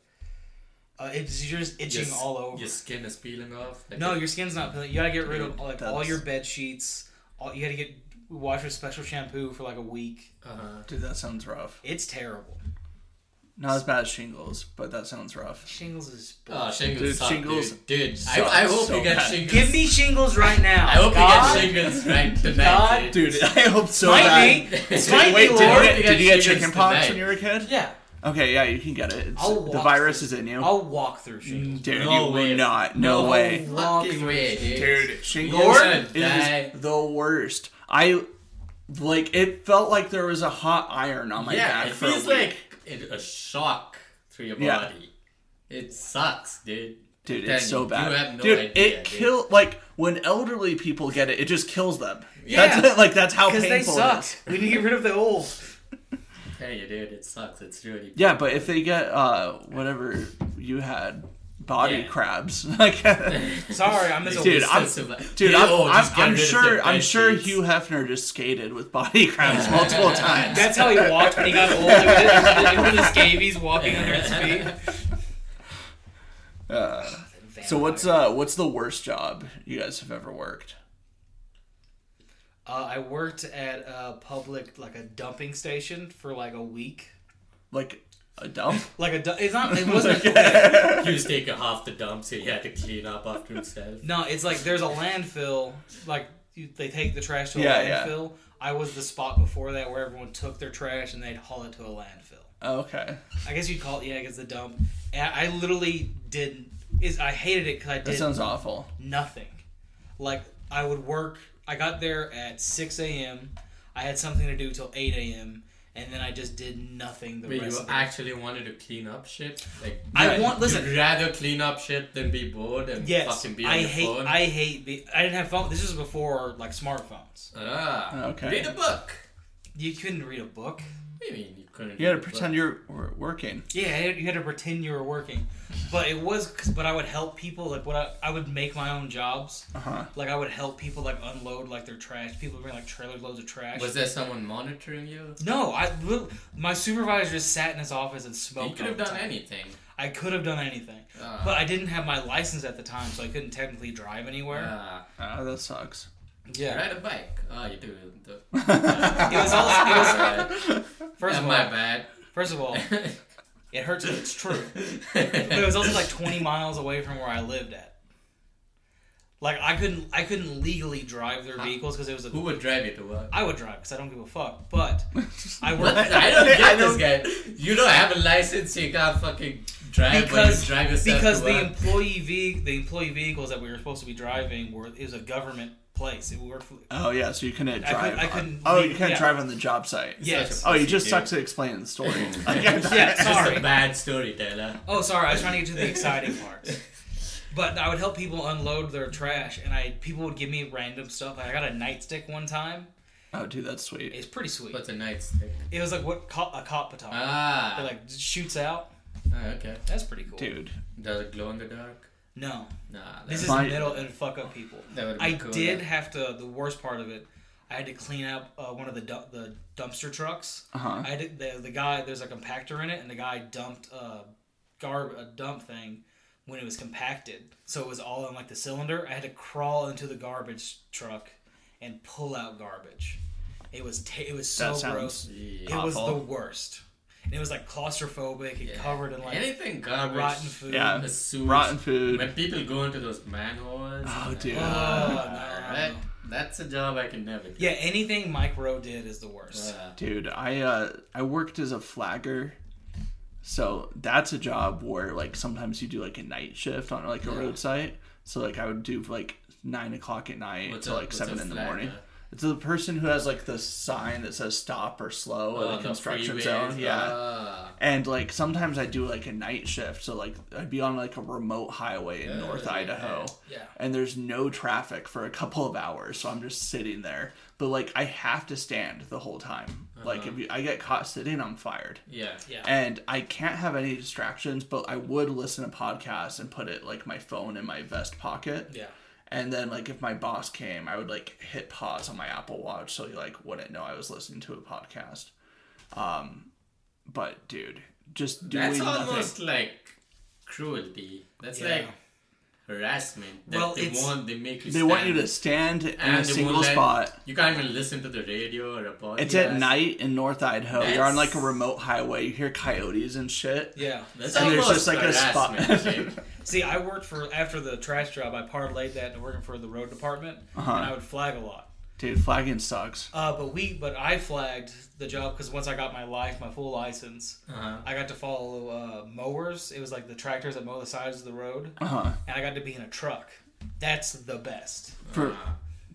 uh, it's you're just itching all over
Your skin is peeling off. Like
no your skin's not peeling you gotta get rid of like all
That's-
your bed sheets all you gotta get wash with special shampoo for like a week
Uh huh.
Dude, that sounds rough.
it's terrible
Not as bad as shingles, but that sounds rough.
shingles is
Oh,
bullshit.
shingles
Dude,
suck,
shingles
dude. Dude, I,
suck
I hope
so
you get
bad.
shingles.
give me shingles right now
I hope
God.
you get shingles right tonight,
God.
dude.
Dude, I hope so
Might
bad.
be.
Dude,
Might
Wait,
be,
did you
Lord.
get,
You got
did you get
shingles
chicken pox
tonight.
when you were a kid?
Yeah.
Okay, yeah, you can get it. It's,
I'll
the
walk
virus
through-
is in you. Mm,
I'll walk through shingles.
Dude,
No
you
way.
will not. No,
No
way.
Fucking way, dude.
Dude, shingles
You're gonna die.
is the worst. I like it felt like there was a hot iron on oh my
yeah,
back
it
for a
feels
week.
like it, a shock through your
Yeah.
body. It sucks, dude.
Dude,
Then
it's so bad.
You have no
dude,
idea.
it
dude.
kill like when elderly people get it, it just kills them.
Yeah.
That's like that's how
Because
painful
they
it
suck.
is.
We need to get rid of the old.
Tell you, dude, it sucks. It's really.
Yeah, but if they get uh whatever you had, body
Yeah.
crabs. Like
Sorry, I missed a
Dude,
week.
I'm- Dude, I'm,
oh,
I'm,
just get
I'm
rid of
sure
the
I'm
bed
sure
sheets.
Hugh Hefner just skated with body crabs multiple times.
That's how he walked when he got old. Like, with his- with his scabies walking under his feet.
Uh, so what's
up?
uh what's the worst job you guys have ever worked?
Uh, I worked at a public, like a dumping station for like a week.
Like a dump?
Like a, du- it's not. It wasn't.
He was taking half the dump, so he had to clean up after himself.
No, it's like there's a landfill. Like you, they take the trash to a
Yeah, yeah.
landfill. I was the spot before that where everyone took their trash and they'd haul it to a landfill.
Oh, okay.
I guess you'd call it, yeah, I guess the dump. And I literally did is I hated it because I
That
did
sounds awful.
nothing. Like I would work. I got there at six a.m. I had something to do till eight a.m. and then I just did nothing the
Wait,
rest.
you
of the
actually wanted to clean up shit? Like,
I want listen.
You'd rather clean up shit than be bored and
Yes,
fucking be on
I
your
hate.
phone.
I hate. Be, I didn't have phone. This was before like smartphones.
ah,
Okay.
Read a book.
You couldn't read a book.
What do you mean you couldn't?
You gotta
read a book?
pretend you're wor- working.
Yeah, I- you had to pretend you were working, but it was. 'cause- But I would help people. Like what I, I would make my own jobs.
Uh huh.
Like I would help people like unload like their trash. People would bring like trailer loads of trash.
Was there someone monitoring you?
no, I li- my supervisor just sat in his office and smoked.
you could have
all the
done
time.
anything.
I could have done anything,
Ah,
but I didn't have my license at the time, so I couldn't technically drive anywhere.
ah.
Oh, that sucks.
Yeah,
Ride a bike. Oh, you do. The,
it was all. It was, first
First
of
my
all,
bad.
first of all, it hurts. But it's true. but it was also like 20 miles away from where I lived at. Like I couldn't, I couldn't legally drive their vehicles because it was a.
Who would drive you to work?
I would drive because I don't give a fuck. But I
What?
worked.
I don't get
I
this guy. You don't have a license, you can't fucking drive,
because,
but you drive yourself
because
to
the
work.
employee ve- the employee vehicles that we were supposed to be driving were it was a government place. It worked for
Oh yeah, so you couldn't
I
drive.
couldn't- I
on-
couldn't
oh,
leave-
you couldn't
yeah.
drive on the job site.
yes.
a-
Oh, you
Yes,
just
you
suck
do.
to explaining the story.
Yeah,
It's just
sorry.
a bad storyteller.
Oh, sorry. I was trying to get to the exciting parts. But I would help people unload their trash, and I people would give me random stuff. Like I got a nightstick one time.
oh, dude, that's sweet.
It's pretty sweet.
What's a nightstick?
It was like what co- a cop baton. it
Ah,
like shoots out.
Ah, okay.
That's pretty cool.
Dude,
Does it glow in the dark?
No,
Nah, that,
this is
My-
metal and fuck up people.
that would be
I
cool.
did have to. The worst part of it, I had to clean up uh, one of the du- the dumpster trucks.
Uh-huh.
I did the, the guy. There's a compactor in it, and the guy dumped a garb a dump thing when it was compacted, so it was all in like the cylinder. I had to crawl into the garbage truck and pull out garbage. It was ta it was so
That sounds
gross.
Yeah.
It was the
awful.
worst. And it was like claustrophobic and
Yeah.
covered in like
Anything garbage.
rotten food.
Yeah.
the sewage.
rotten food.
When people go into those manholes.
Oh, dude.
Oh, no.
that, that's a job I can never do.
Yeah, anything Mike Rowe did is the worst.
Uh,
Dude, I uh, I worked as a flagger, so that's a job where like sometimes you do like a night shift on like a road site. So like I would do like nine o'clock at night
What's
to
a-
like
what's
seven
a
in the
flagger?
morning.
uh?
It's the person who has like the sign that says stop or slow
Oh,
Oh,
in the construction zone. Yeah.
ah.
and like sometimes I do like a night shift, so like I'd be on like a remote highway in
Yeah,
North
yeah.
Idaho,
Yeah.
and there's no traffic for a couple of hours, so I'm just sitting there. But like I have to stand the whole time. Like if you, I get caught sitting, I'm fired,
yeah.
Yeah.
and I can't have any distractions. But I would listen to podcasts and put it like my phone in my vest pocket.
Yeah.
And then, like, if my boss came, I would like hit pause on my Apple Watch so he like wouldn't know I was listening to a podcast. Um, but dude, just doing
That's
nothing.
almost like cruelty. That's
Yeah.
like harassment. That
Well,
they
it's-
want they make you
They want you
stand
to stand in a
and they
single
won't let-
spot.
You can't even listen to the radio or a podcast.
It's at night in North Idaho. You're on like a
That's-
remote highway. You hear coyotes and shit.
Yeah.
That's
and there's
almost
just, like, a spot.
harassment, Jake.
See, I worked for after the trash job. I parlayed that to working for the road department, and I would flag a lot.
Dude, flagging sucks.
Uh, but we, but I flagged the job because once I got my life, my full license,
Uh-huh.
I got to follow uh, mowers. It was like the tractors that mow the sides of the road,
Uh huh.
and I got to be in a truck. That's the best
For
Uh,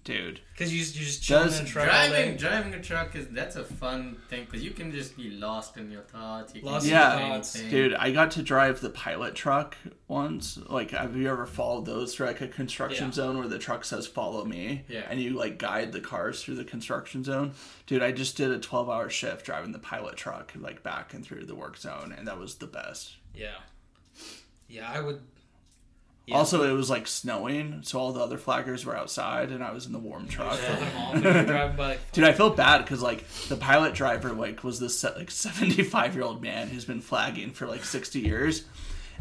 dude,
because you you just chilling
Does
in a truck all
driving
day.
driving a truck is that's a fun thing because you can just be lost in your thoughts. You can
Lost
do
in your
thoughts.
anything.
dude, I got to drive the pilot truck once. Like, have you ever followed those through like a construction
Yeah.
zone where the truck says "Follow me"?
Yeah.
And you like guide the cars through the construction zone. Dude, I just did a 12-hour shift driving the pilot truck like back and through the work zone, and that was the best.
Yeah. Yeah, I would. Yeah.
Also, it was like snowing, so all the other flaggers were outside, and I was in the warm truck.
flip them off if you're driving by.
Dude, I felt bad because like the pilot driver like was this se- like seventy five year old man who's been flagging for like sixty years,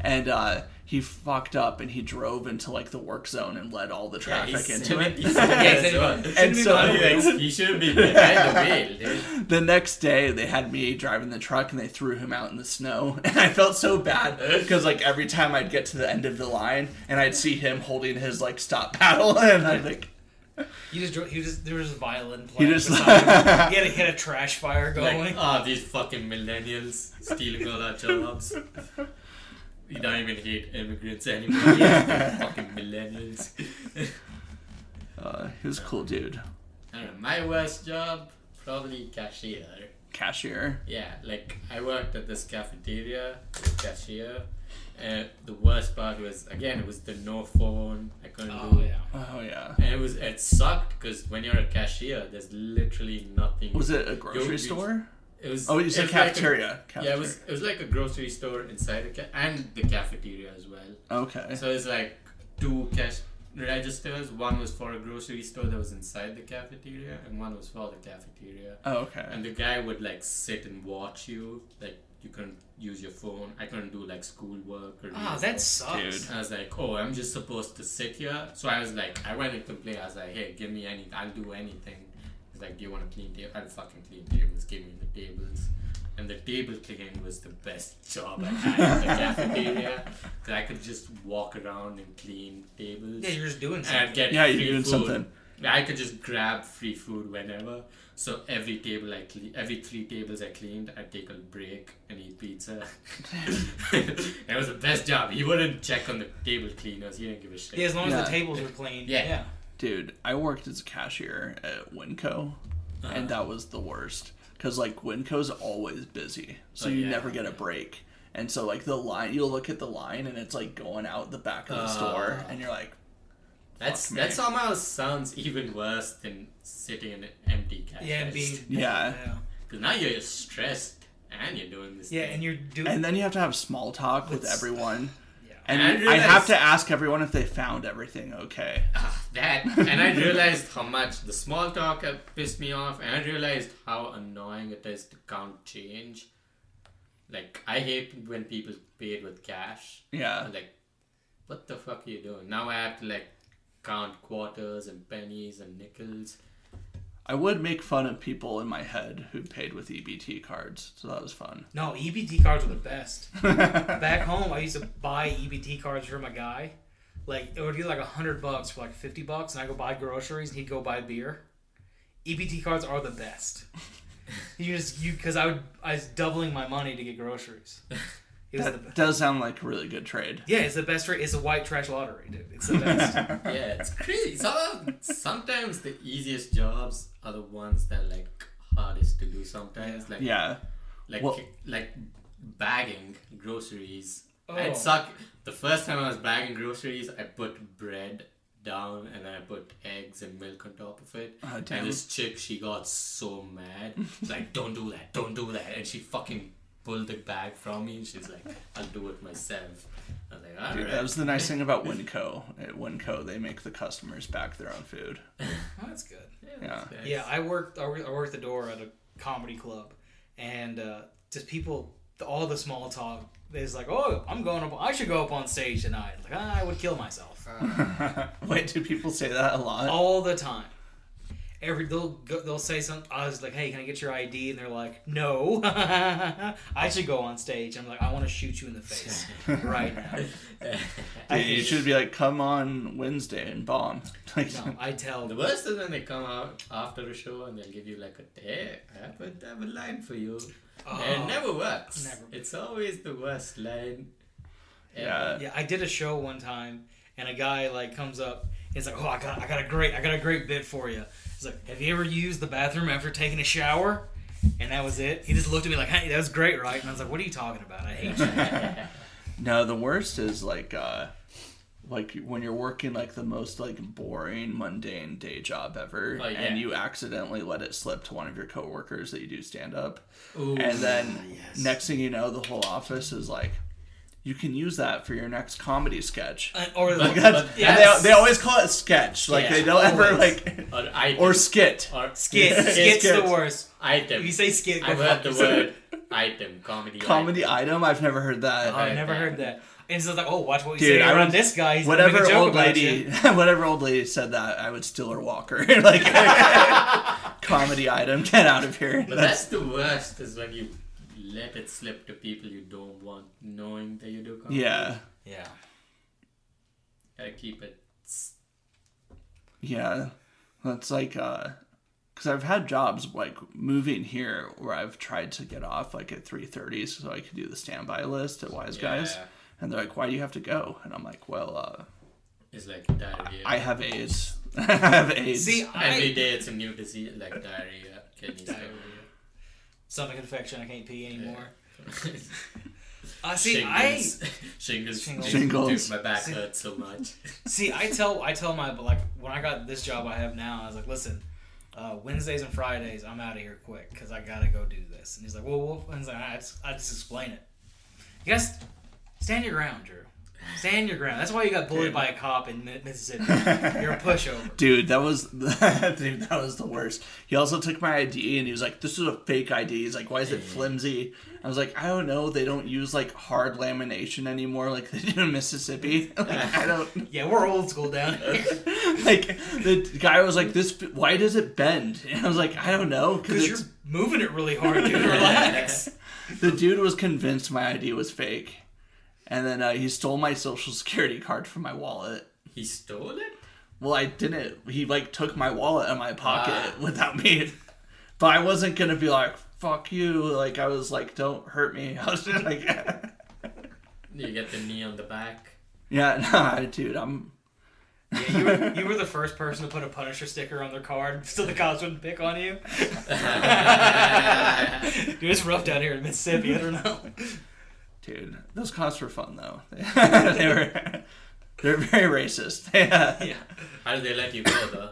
and uh, he fucked up and he drove into like the work zone and led all the
Yeah,
traffic
he's
into it.
70, that's
exactly.
what-
And so
Like, he should be behind the wheel, dude.
the next day they had me driving the truck and they threw him out in the snow and I felt so bad because like every time I'd get to the end of the line and I'd see him holding his like stop paddle and I'd like
You just drove, he was just there was violin
he
playing.
just
beside him. he had a, hit a trash fire going.
Like, ah, these fucking millennials stealing all our jobs. We don't even hate immigrants anymore. fucking millennials.
uh, he was a cool dude
I don't know. My worst job probably cashier.
cashier
Yeah, like I worked at this cafeteria, as cashier, and the worst part was again it was the no phone. I couldn't
oh
do it.
yeah.
oh yeah
And it was it sucked because when you're a cashier, there's literally nothing.
was it a grocery
you-
store
It was.
oh you
it
said
was like a-
cafeteria
yeah, it was it was like a grocery store inside a ca- and the cafeteria as well.
Okay.
So it's like two cash registers. One was for a grocery store that was inside the cafeteria, and one was for the cafeteria.
Oh, okay.
And the guy would like sit and watch you. Like you couldn't use your phone. I couldn't do like schoolwork or.
Oh,
reading.
that sucks.
Dude.
I was like, oh, I'm just supposed to sit here. So I was like, I went and complained. I was like, hey, give me any. I'll do anything. He's like, do you want to clean table? I'll fucking clean tables. Give me the tables. And the table cleaning was the best job I had in the cafeteria. 'Cause I could just walk around and clean tables.
Yeah, you're just doing
and I'd
something.
get
Yeah, you're
free
doing
food.
something.
I could just grab free food whenever. So every table I cle- every three tables I cleaned, I'd take a break and eat pizza. that was the best job. He wouldn't check on the table cleaners. He didn't give a shit.
Yeah, as long as
Yeah.
the tables were clean.
Yeah.
Yeah.
Dude, I worked as a cashier at Winco,
Uh-huh.
and that was the worst. Because, like, Winco's always busy, so
Oh,
you
yeah.
never get a break. And so, like, the line, you'll look at the line, and it's, like, going out the back of the store,
Uh.
and you're like,
That's
Fuck me.
that somehow sounds even worse than sitting in an empty cafe.
Yeah, and being
yeah.
yeah.
because now you're stressed and you're doing this.
Yeah,
thing.
and you're doing
And then you have to have small talk with
It's-
everyone.
yeah.
And
I
I,
realized-
have to ask everyone if they found everything okay.
Ah, that and I realized how much the small talk uh, pissed me off, and I realized how annoying it is to count change. Like I hate when people pay it with cash.
Yeah.
I'm like, what the fuck are you doing? Now I have to like count quarters and pennies and nickels.
I would make fun of people in my head who paid with EBT cards, so that was fun.
No, EBT cards are the best. Back home, I used to buy EBT cards from a guy. Like it would be like a hundred bucks for like fifty bucks, and I go buy groceries, and he'd go buy beer. EBT cards are the best. You just you because I would I was doubling my money to get groceries. It was the,
That does sound like a really good trade.
yeah, it's the best. ra- It's a white trash lottery, dude. It's the best.
Yeah, it's crazy. So, sometimes the easiest jobs are the ones that are like hardest to do. Sometimes like
Yeah.
like
Well-
like bagging groceries.
Oh.
I'd suck. The first time I was bagging groceries, I put bread down and I put eggs and milk on top of it.
Oh, damn.
and this chick, she got so mad. She's like, "Don't do that! Don't do that!" And she fucking pulled the bag from me. And she's like, "I'll do it myself." I was like, "All right."
Dude, that was the nice thing about Winco. At Winco, they make the customers back their own food.
Oh, that's good.
Yeah.
that's-
Yeah, I worked. I wor- I worked the door at a comedy club, and uh, just people, all the small talk is like, "Oh, I'm going up. I should go up on stage tonight." Like, ah, I would kill myself
Wait, do people say that a lot?
all the time. Every they'll go, they'll say something. I was like, "Hey, can I get your ID?" And they're like, "No, I should go on stage." I'm like, "I want to shoot you in the face right now."
Dude, you should be like, come on Wednesday and bomb. Like,
No, I tell
The worst is when they come out after a show and they'll give you like a hey, I have a, I have a line for you. and
Oh.
it never works.
Never.
It's always the worst line.
yeah.
Yeah, I did a show one time, and a guy like comes up. He's like, "Oh, I got, I got a great, I got a great bit for you." He's like, "Have you ever used the bathroom after taking a shower?" And that was it. He just looked at me like, "Hey, that was great, right?" And I was like, "What are you talking about? I hate you."
No, the worst is like, uh, like when you're working like the most like boring mundane day job ever,
Oh, yeah.
and you accidentally let it slip to one of your coworkers that you do stand up,
Ooh.
and then next thing you know, the whole office is like, you can use that for your next comedy sketch.
And- Uh, or
But-
like,
That's-
Uh, but
and
that's-
they, they always call it sketch. Like
Yeah, Oh,
they don't ever
always.
like
or item.
or skit.
or
skit.
Skit.
Skit's
Skit.
the worst. If
Item.
you say skit, go
I've
fuck
heard the
yourself.
word item. Comedy.
Comedy
Item.
item. I've never heard that.
Oh, I never heard that. And so it's like, "Oh, watch what you say
Dude, I
around
would-
this guy." He's gonna make a
whatever
joke
old
about
lady,
you.
whatever old lady said that, I would steal her walker. like comedy item. Get out of here.
But
That's-
that's the worst is when you let it slip to people you don't want knowing that you do comedy.
yeah,
Yeah.
Gotta keep it. s-
yeah. That's like uh, because I've had jobs like moving here where I've tried to get off like at three thirty so I could do the standby list at Wise Guys,
Yeah.
and they're like, "Why do you have to go?" And I'm like, "Well, uh,
It's like diarrhea.
I have AIDS. I have AIDS."
See,
Every
I
day it's a new disease like diarrhea, kidney stone.
stomach infection. I can't pee anymore. I see. I
shingles. shingles.
Shingles.
Shingles.
Dude, my back hurts so much.
See, I tell I tell my like when I got this job I have now, I was like, listen, uh, Wednesdays and Fridays, I'm out of here quick because I gotta go do this. And he's like, well, well and he's like, I just, I just explain it. You guys, stand your ground, Drew. Stand your ground. That's why you got bullied by a cop in Mi- Mississippi. You're a pushover.
Dude, that was dude, that was the worst. He also took my ID and he was like, "This is a fake ID." He's like, "Why is it flimsy?" I was like, "I don't know. They don't use like hard lamination anymore, like they do in Mississippi." Like, I don't
Yeah, we're old school down here.
like. The guy was like, "This. Why does it bend?" And I was like, "I don't know."
Because you're
Because
moving it really hard, dude. Relax.
the dude was convinced my ID was fake, and then uh, he stole my social security card from my wallet.
He stole it?
Well, I didn't. He like took my wallet out of my pocket without me. But I wasn't gonna be like "fuck you." Like I was like, "Don't hurt me." I was just like,
You get the knee on the back.
"Yeah, no, dude, I'm."
Yeah, you were, you were the first person to put a Punisher sticker on their card, so the cops wouldn't pick on you. Dude, it's rough down here in Mississippi. I don't know.
Dude, those cops were fun though. they were. They're very racist.
Yeah,
How did they let you go though?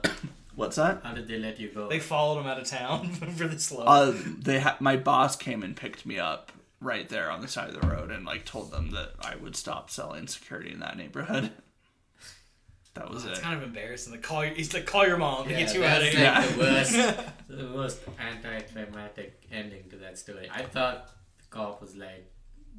What's that?
How did they let you go?
they followed him out of town for the slow.
Uh, they ha- my boss came and picked me up right there on the side of the road and like told them that I would stop selling security in that neighborhood. That was
it's
it.
kind of embarrassing. Like call your, he's like call your mom to
Yeah,
get you out of
that's
here.
Yeah.
like the worst, the worst anti-climatic ending to that story. I thought the cop was like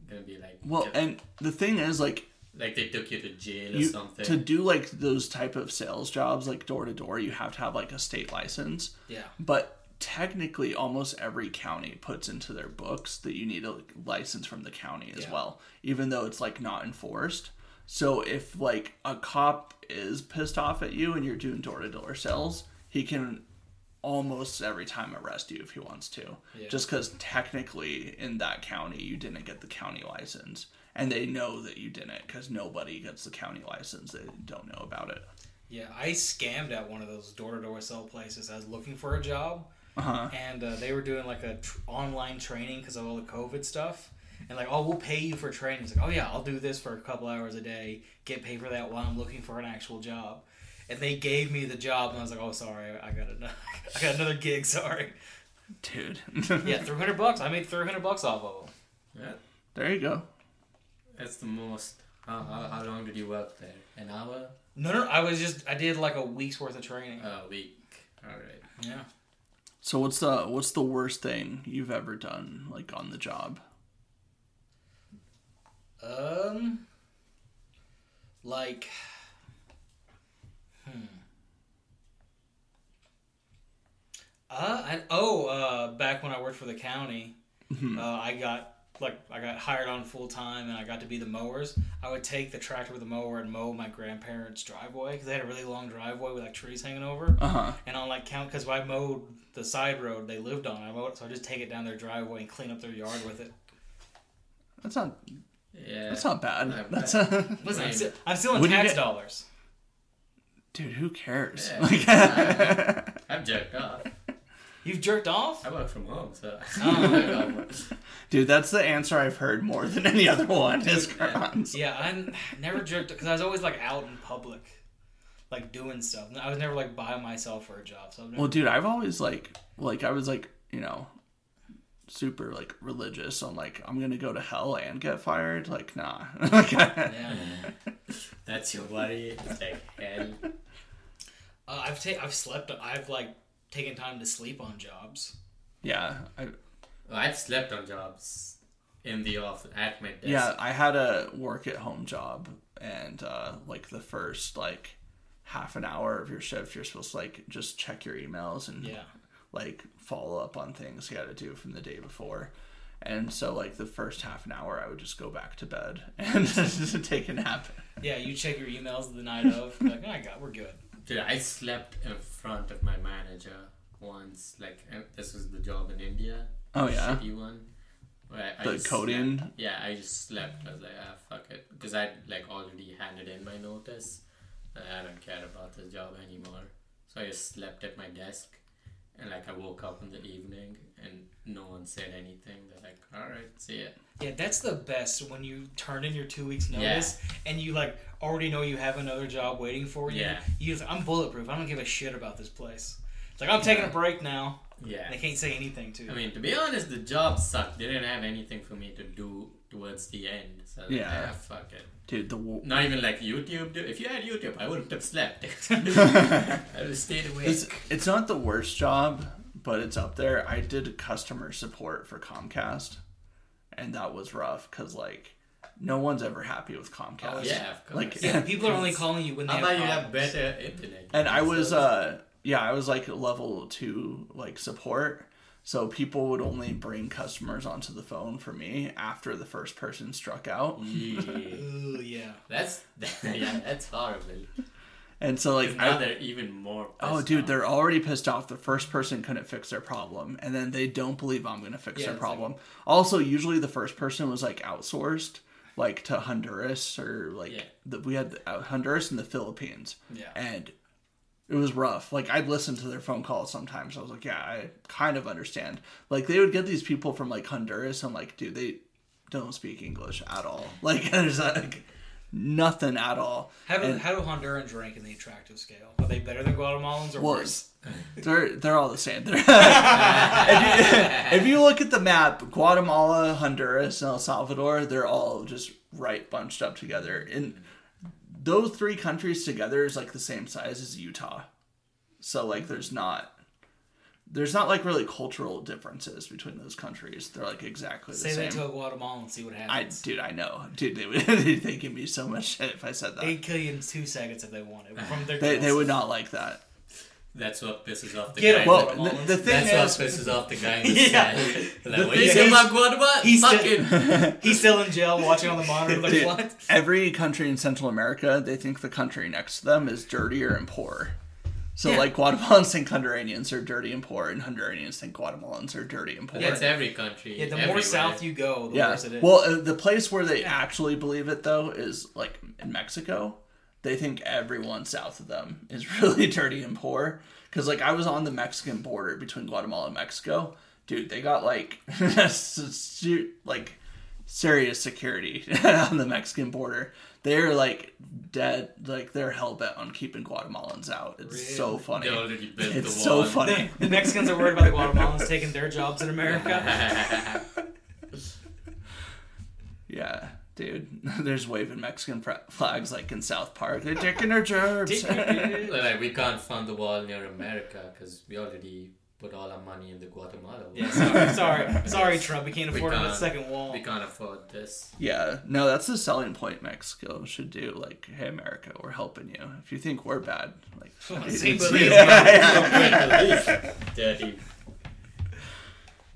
gonna be like,
Well,
get-
and the thing is, like,
like they took you to jail or
you,
something.
to do like those type of sales jobs, like door to door, you have to have like a state license.
Yeah.
But technically, almost every county puts into their books that you need a license from the county as
Yeah.
well, even though it's like not enforced. So if like a cop is pissed off at you and you're doing door to door sales, he can almost every time arrest you if he wants to
Yeah.
just because technically in that county you didn't get the county license and they know that you didn't because nobody gets the county license they don't know about it
Yeah, I scammed at one of those door to door sell places. I was looking for a job, and uh, they were doing like a tr- online training because of all the COVID stuff. And like, oh, we'll pay you for training. It's like, oh yeah, I'll do this for a couple hours a day, get paid for that while I'm looking for an actual job. And they gave me the job, and I was like, oh, sorry, I got another, I got another gig. Sorry.
dude
Yeah, three hundred bucks. I made three hundred bucks off of them.
yeah,
there you go
that's the most. How, how, how long did you work there? An hour?
No, no, I was just, I did like a week's worth of training.
A week? All right.
Yeah.
so what's the what's the worst thing you've ever done like on the job
Um, like, hmm. Uh, I, oh, uh, back when I worked for the county,
Mm-hmm.
uh, I got like I got hired on full time, and I got to be the mowers. I would take the tractor with the mower and mow my grandparents' driveway because they had a really long driveway with like trees hanging over.
uh-huh
And on like count because I mowed the side road they lived on, I mowed, so I just take it down their driveway and clean up their yard with it.
that's not
Yeah.
that's not bad
Not
that's
bad.
a,
Listen, I'm
Right.
still, I'm still in
What do you
tax
get-
dollars.
dude who cares
Yeah.
like
I've jerked off.
You've jerked off?
I work from home, so.
Oh. dude that's the answer i've heard more than any other one is
yeah.
crimes
Yeah, I never jerked because I was always like out in public, like doing stuff. I was never like by myself for a job. So I've never,
Well, dude, I've always like like I was like you know super like religious. I'm like I'm gonna go to hell and get fired. Like nah. Like,
yeah,
That's your worry. It's like hell.
uh, I've ta- I've slept. I've like taken time to sleep on jobs.
yeah, I,
Well, I've slept on jobs in the office at my desk.
yeah. I had a work at home job, and uh, like the first like half an hour of your shift, you're supposed to like just check your emails and
Yeah,
like follow up on things you got to do from the day before. And so, like the first half an hour, I would just go back to bed and take a nap.
yeah. You check your emails the night of. you're Like, oh, I got, we're good.
Dude, I slept in front of my manager once. Like, and this was the job in India.
Oh
the
yeah,
Shitty one. Where I
the
just
coding.
slept- Yeah, I just slept. I was like, ah, fuck it, because I like already handed in my notice. and I don't care about this job anymore. So I just slept at my desk, and like I woke up in the evening, and no one said anything. They're like, all right, see ya.
Yeah, that's the best when you turn in your two weeks notice and you like already know you have another job waiting for you.
Yeah.
You just, I'm bulletproof. I don't give a shit about this place. It's like I'm taking a break now.
Yeah.
They can't say anything to you.
I mean, to be honest, the job sucked. They didn't have anything for me to do towards the end. So I was like,
Yeah.
ah, fuck it.
dude. The wo-
Not even like YouTube. Dude. If you had YouTube, I wouldn't have slept. I would have stayed awake.
It's, it's not the worst job, but it's up there. I did customer support for Comcast, and that was rough because like no one's ever happy with Comcast.
Oh, yeah, of course.
Like,
Yeah, people are only calling you when they
How
have
about you have
problems.
better internet?
and I was
So-
uh yeah I was like level two like support, so people would only bring customers onto the phone for me after the first person struck out.
Yeah.
Ooh, yeah.
That's yeah, that's horrible.
And so like I-
now they're even more.
Oh,
pissed
dude,
off.
they're already pissed off. The first person couldn't fix their problem, and then they don't believe I'm going to fix
Yeah,
their
it's like-
problem. also, usually the first person was like outsourced, like to Honduras or like
Yeah.
the, we had uh, Honduras and the Philippines,
Yeah.
and it was rough. Like I'd listen to their phone calls sometimes. I was like, yeah, I kind of understand. Like they would get these people from like Honduras, and like, dude, they don't speak English at all. Like there's like nothing at all.
How do, how do Hondurans rank in the attractive scale? Are they better than Guatemalans or worse?
was. They're they're all the same. They're- if, you, if you look at the map, Guatemala, Honduras, and El Salvador, they're all just right bunched up together. And those three countries together is like the same size as Utah. So like there's not there's not like really cultural differences between those countries. They're like exactly the
Say
same.
that to a Guatemalan and see what
I
happens.
dude, I know. Dude, they would they give me so much shit if I said that.
They'd kill you in two seconds if they wanted. From their
They, they
glasses.
would not like that.
That's what pisses off the
Get
guy.
him.
in
Well,
the-
the,
Guatemalans.
the thing
That's
is,
what pisses off the guy in the
Yeah.
yeah. Like, what
thing
you say
is-
about Guatemala?
he's
Fuck
the-
it.
He's still in jail watching on the monitor. Like,
Dude,
what?
every country in Central America, they think the country next to them is dirtier and poor. So,
Yeah.
like, Guatemalans think Honduranians are dirty and poor, and Honduranians think Guatemalans are dirty and poor.
Yeah,
That's every country.
Yeah, the more
everywhere.
south you go, the
Yeah.
worse it is.
Well, uh, the place where they actually believe it, though, is like in Mexico. They think everyone south of them is really dirty and poor. Because, like, I was on the Mexican border between Guatemala and Mexico. Dude, they got like, s- s- like, serious security on the Mexican border. They're like dead, like they're hell bent on keeping Guatemalans out. It's so
Really?
funny.
They already built the
It's so
wall.
funny.
the Mexicans are worried about the Guatemalans taking their jobs in America.
Yeah, dude. There's waving Mexican fra- flags like in South Park. They're taking our jobs.
like we can't fund the wall near America because we already put all our money in the Guatemala. wall.
yeah, sorry, sorry, sorry, Trump. We can't
We
afford another
can't.
second wall.
We can't afford this.
yeah, no, that's the selling point Mexico should do. Like, hey, America, we're helping you. If you think we're bad, like,
Well,
it's
see, but
you.
these-
Dirty.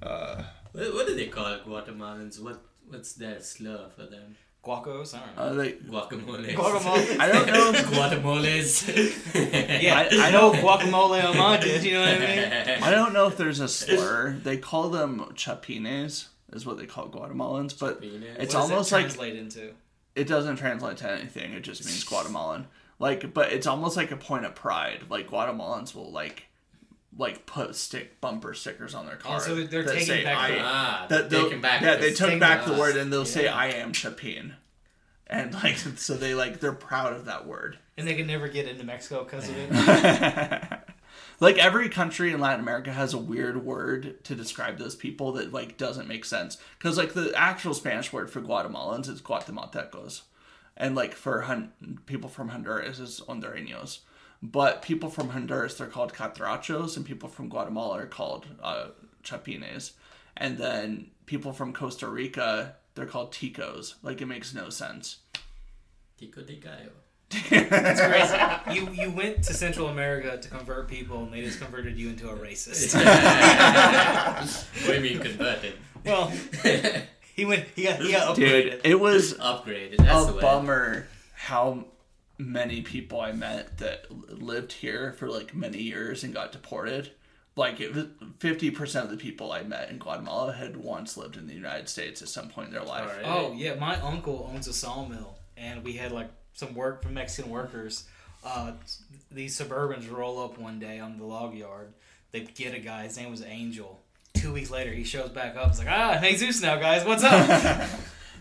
Uh,
What, what do they call Guatemalans? What what's their slur for them?
Guacos, I don't know.
uh, like,
Guacamoles.
Guacamole.
I don't know.
Guatemoles.
Yeah,
I-
I,
I
know guacamole on my dish. You know what I mean?
I don't know if there's a slur. They call them chapines, is what they call Guatemalans, but
Chapines.
it's
What does
almost
that
like
translate into.
it doesn't translate to anything. It just means Guatemalan. Like, but it's almost like a point of pride. Like Guatemalans will like, like put stick bumper stickers on their car.
so they're- they're
that
taking
say,
back
I,
the-
Ah,
that they'll-
taking back.
Yeah,
the
they took
stick.
back the
Ah.
word and they'll say,
Yeah.
"I am Chapin," and like so they like they're proud of that word.
And they can never get into Mexico because of it.
Like every country in Latin America has a weird word to describe those people that like doesn't make sense because like the actual Spanish word for Guatemalans is Guatemaltecos, and like for hun- people from Honduras is Hondureños, but people from Honduras they're called Catrachos and people from Guatemala are called uh, Chapines, and then people from Costa Rica they're called Ticos. Like it makes no sense.
Tico de gallo.
It's crazy. You you went to Central America to convert people, and they just converted you into a racist.
What do you mean converted?
Well, he went. He got he got
Dude,
upgraded.
it was
Upgraded. That's
a
the way.
bummer how many people I met that l- lived here for like many years and got deported. Like it was fifty percent of the people I met in Guatemala had once lived in the United States at some point in their life.
Alright.
Oh yeah, my uncle owns a sawmill, and we had like some work from Mexican workers. Uh, these Suburbans roll up one day on the log yard. They get a guy. His name was Angel. Two weeks later, he shows back up. He's like, "Ah, hey Zeus, now guys, what's up?"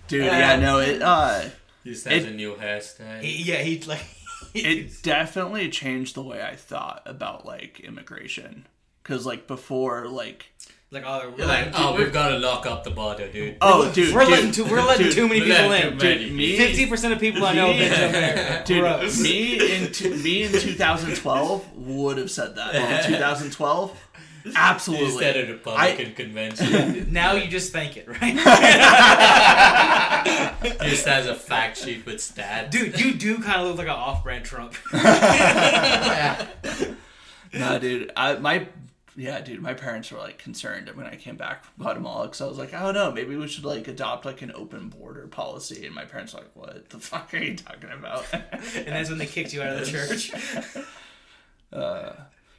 Dude, yeah, no, it uh,
This has
It-
a new hairstyle.
he, yeah, he like.
it definitely changed the way I thought about like immigration. Cause like before, like
like, oh, we're
You're like,
letting,
oh, we've got to lock up the border, dude.
oh, dude,
we're
dude,
letting too, we're letting
dude,
too many
we're
people
letting
in.
too
dude, me,
Fifty percent of people I know have been to America.
Dude,
Gross.
me in t- me in 2012 would have said that. Well, 2012, absolutely.
Is that a Republican convention?
Now you just think it, right?
this has a fact sheet with stats.
Dude, you do kind of look like an off-brand Trump.
Nah, dude. I, my yeah, dude, my parents were like concerned when I came back from Guatemala because I was like, I don't know, maybe we should like adopt like an open border policy. And my parents were like, What the fuck are you talking about?
and that's when they kicked you out of the church.
uh,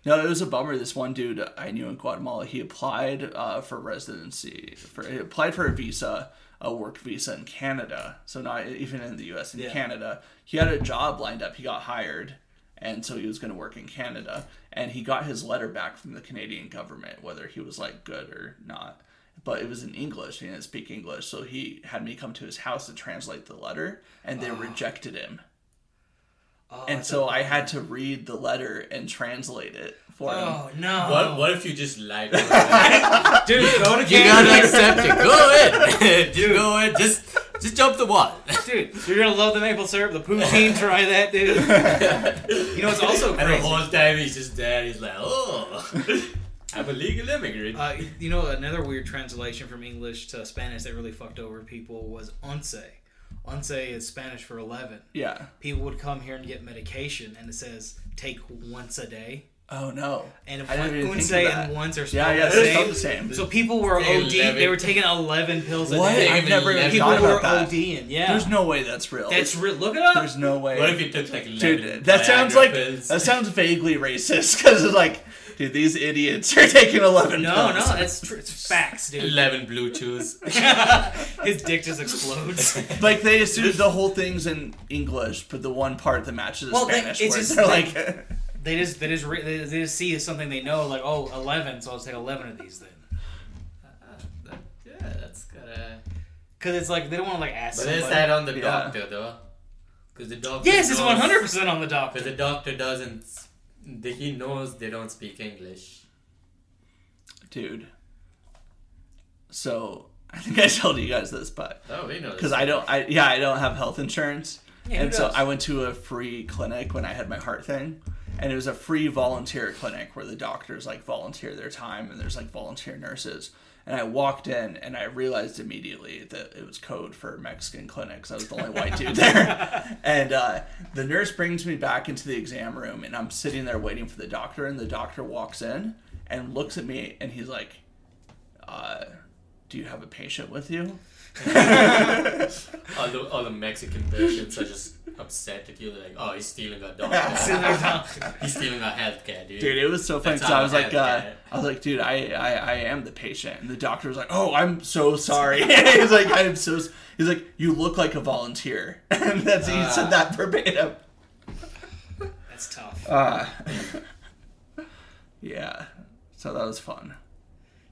no, it was a bummer. This one dude I knew in Guatemala, he applied uh, for residency, for he applied for a visa, a work visa in Canada. So not e, even in the U.S. in
Yeah.
Canada, he had a job lined up. He got hired, and so he was going to work in Canada. And he got his letter back from the Canadian government, whether he was like good or not. But it was in English. He didn't speak English, so he had me come to his house to translate the letter, and they rejected him.
Oh,
And
it's
so I had to read the letter and translate it for
a-
him.
oh no,
What, what if you just lied? To them?
dude, go to
you gotta
Canada,
accept it. Go ahead. just go ahead. Just just jump the wall.
dude. You're gonna love the maple syrup, the poutine. Try that, dude. You know, it's also
And the
crazy.
whole time he's just there. He's like, oh, I'm a legal immigrant.
Uh, you know, another weird translation from English to Spanish that really fucked over people was once. Once is Spanish for eleven.
Yeah.
People would come here and get medication, and it says take once a day.
Oh no.
And if
I didn't even
once
think of that.
and once are
Yeah,
spelled
yeah,
the
they
same.
sound the same.
So people were
Say
OD. They
11.
were taking eleven pills a
What?
day.
They
I've
even
never
left
even
it.
People
thought
were
about that.
ODing. Yeah,
There's no way that's real.
that's real. Look it up.
There's no way.
What if you took like 11
dude, that sounds
Viagra
like
pills?
that sounds vaguely racist because it's like, dude, these idiots are taking eleven.
no, no,
pills.
that's tr- it's facts, dude.
11 blue chews.
His dick just explodes.
Like they assumed the whole thing's in English, but the one part that matches is
Well, they-
Spanish.
it's
word.
just
they're
like-
like,
they just they just re- they they just see something they know like oh 11, so I'll take eleven of these then.
yeah, that's gotta.
Because it's like they don't want to like ask.
But is
somebody.
that on the
Yeah.
doctor though? Because the doctor.
yes, it's
knows-
one hundred percent on the
But
doctor.
the doctor doesn't. s- the- He knows they don't speak English.
dude. So I think I told you guys this, but
Oh, we know. this.
because I don't, I yeah, I don't have health insurance,
Yeah, who
and so
does?
I went to a free clinic when I had my heart thing, and it was a free volunteer clinic where the doctors like volunteer their time, and there's like volunteer nurses. And I walked in, and I realized immediately that it was code for Mexican clinics. I was the only white dude there, and uh, the nurse brings me back into the exam room, and I'm sitting there waiting for the doctor, and the doctor walks in and looks at me, and he's like, uh, "Do you have a patient with you?"
All the, all the Mexican patients are just upset at you. They're like, oh, he's stealing our
Sitting
doctor.
there talking.
he's stealing our healthcare, dude.
Dude, it was so funny
That's
because
how
I was
I
like, uh,
had it.
I was like, dude, I, I, I am the patient, and the doctor was like, oh, I'm so sorry. he's like, I'm so. s-" He's like, you look like a volunteer, and that's he
Ah.
said that verbatim.
That's tough.
Uh, yeah, so that was fun.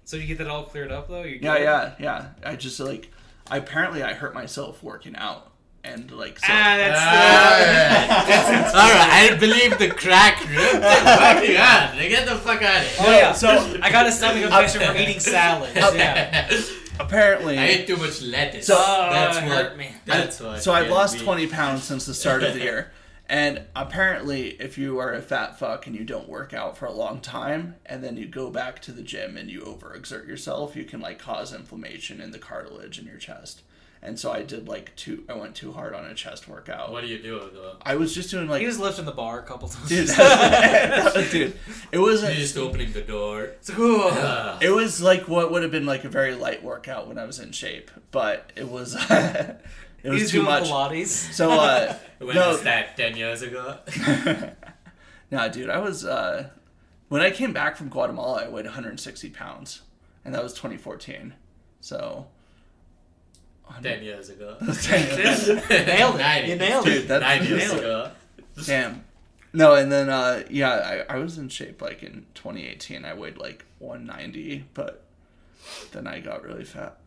So you get that all cleared up though. You're
Yeah,
good?
yeah, yeah. I just like, I, apparently, I hurt myself working out, and like, so,
Ah,
All
that's
right. All right, I believe the crack ripped it. Fuck you out. Get the fuck out of
Oh,
here.
yeah.
so
I got a stomach infection from eating salad. Yeah.
apparently,
I ate too much lettuce.
So-
Oh,
that's
it
what.
hurt me.
That's what.
So I've
killed
lost
me.
20 pounds since the start of the year. And apparently, if you are a fat fuck and you don't work out for a long time, and then you go back to the gym and you overexert yourself, you can like cause inflammation in the cartilage in your chest. And so I did like two, I went too hard on a chest workout.
What do you do though?
I was just doing like,
He was lifting the bar a couple times.
dude, that was- dude, it was
You're
a,
just opening the door.
It's like, "Ooh."
Uh,
it was like what would have been like a very light workout when I was in shape, but it was, it
He
was
was
too
doing
much.
Pilates.
So, uh,
when
no,
was that? Ten years ago.
Nah, dude, I was uh, when I came back from Guatemala, I weighed 160 pounds, and that was 2014. So,
Ten years ago.
damn.
Nailed it.
Nine
You
years.
nailed it.
Dude, that-
Nine years
Nailed it.
ago.
No, and then uh, yeah, I, I was in shape like in 2018. I weighed like 190, but then I got really fat.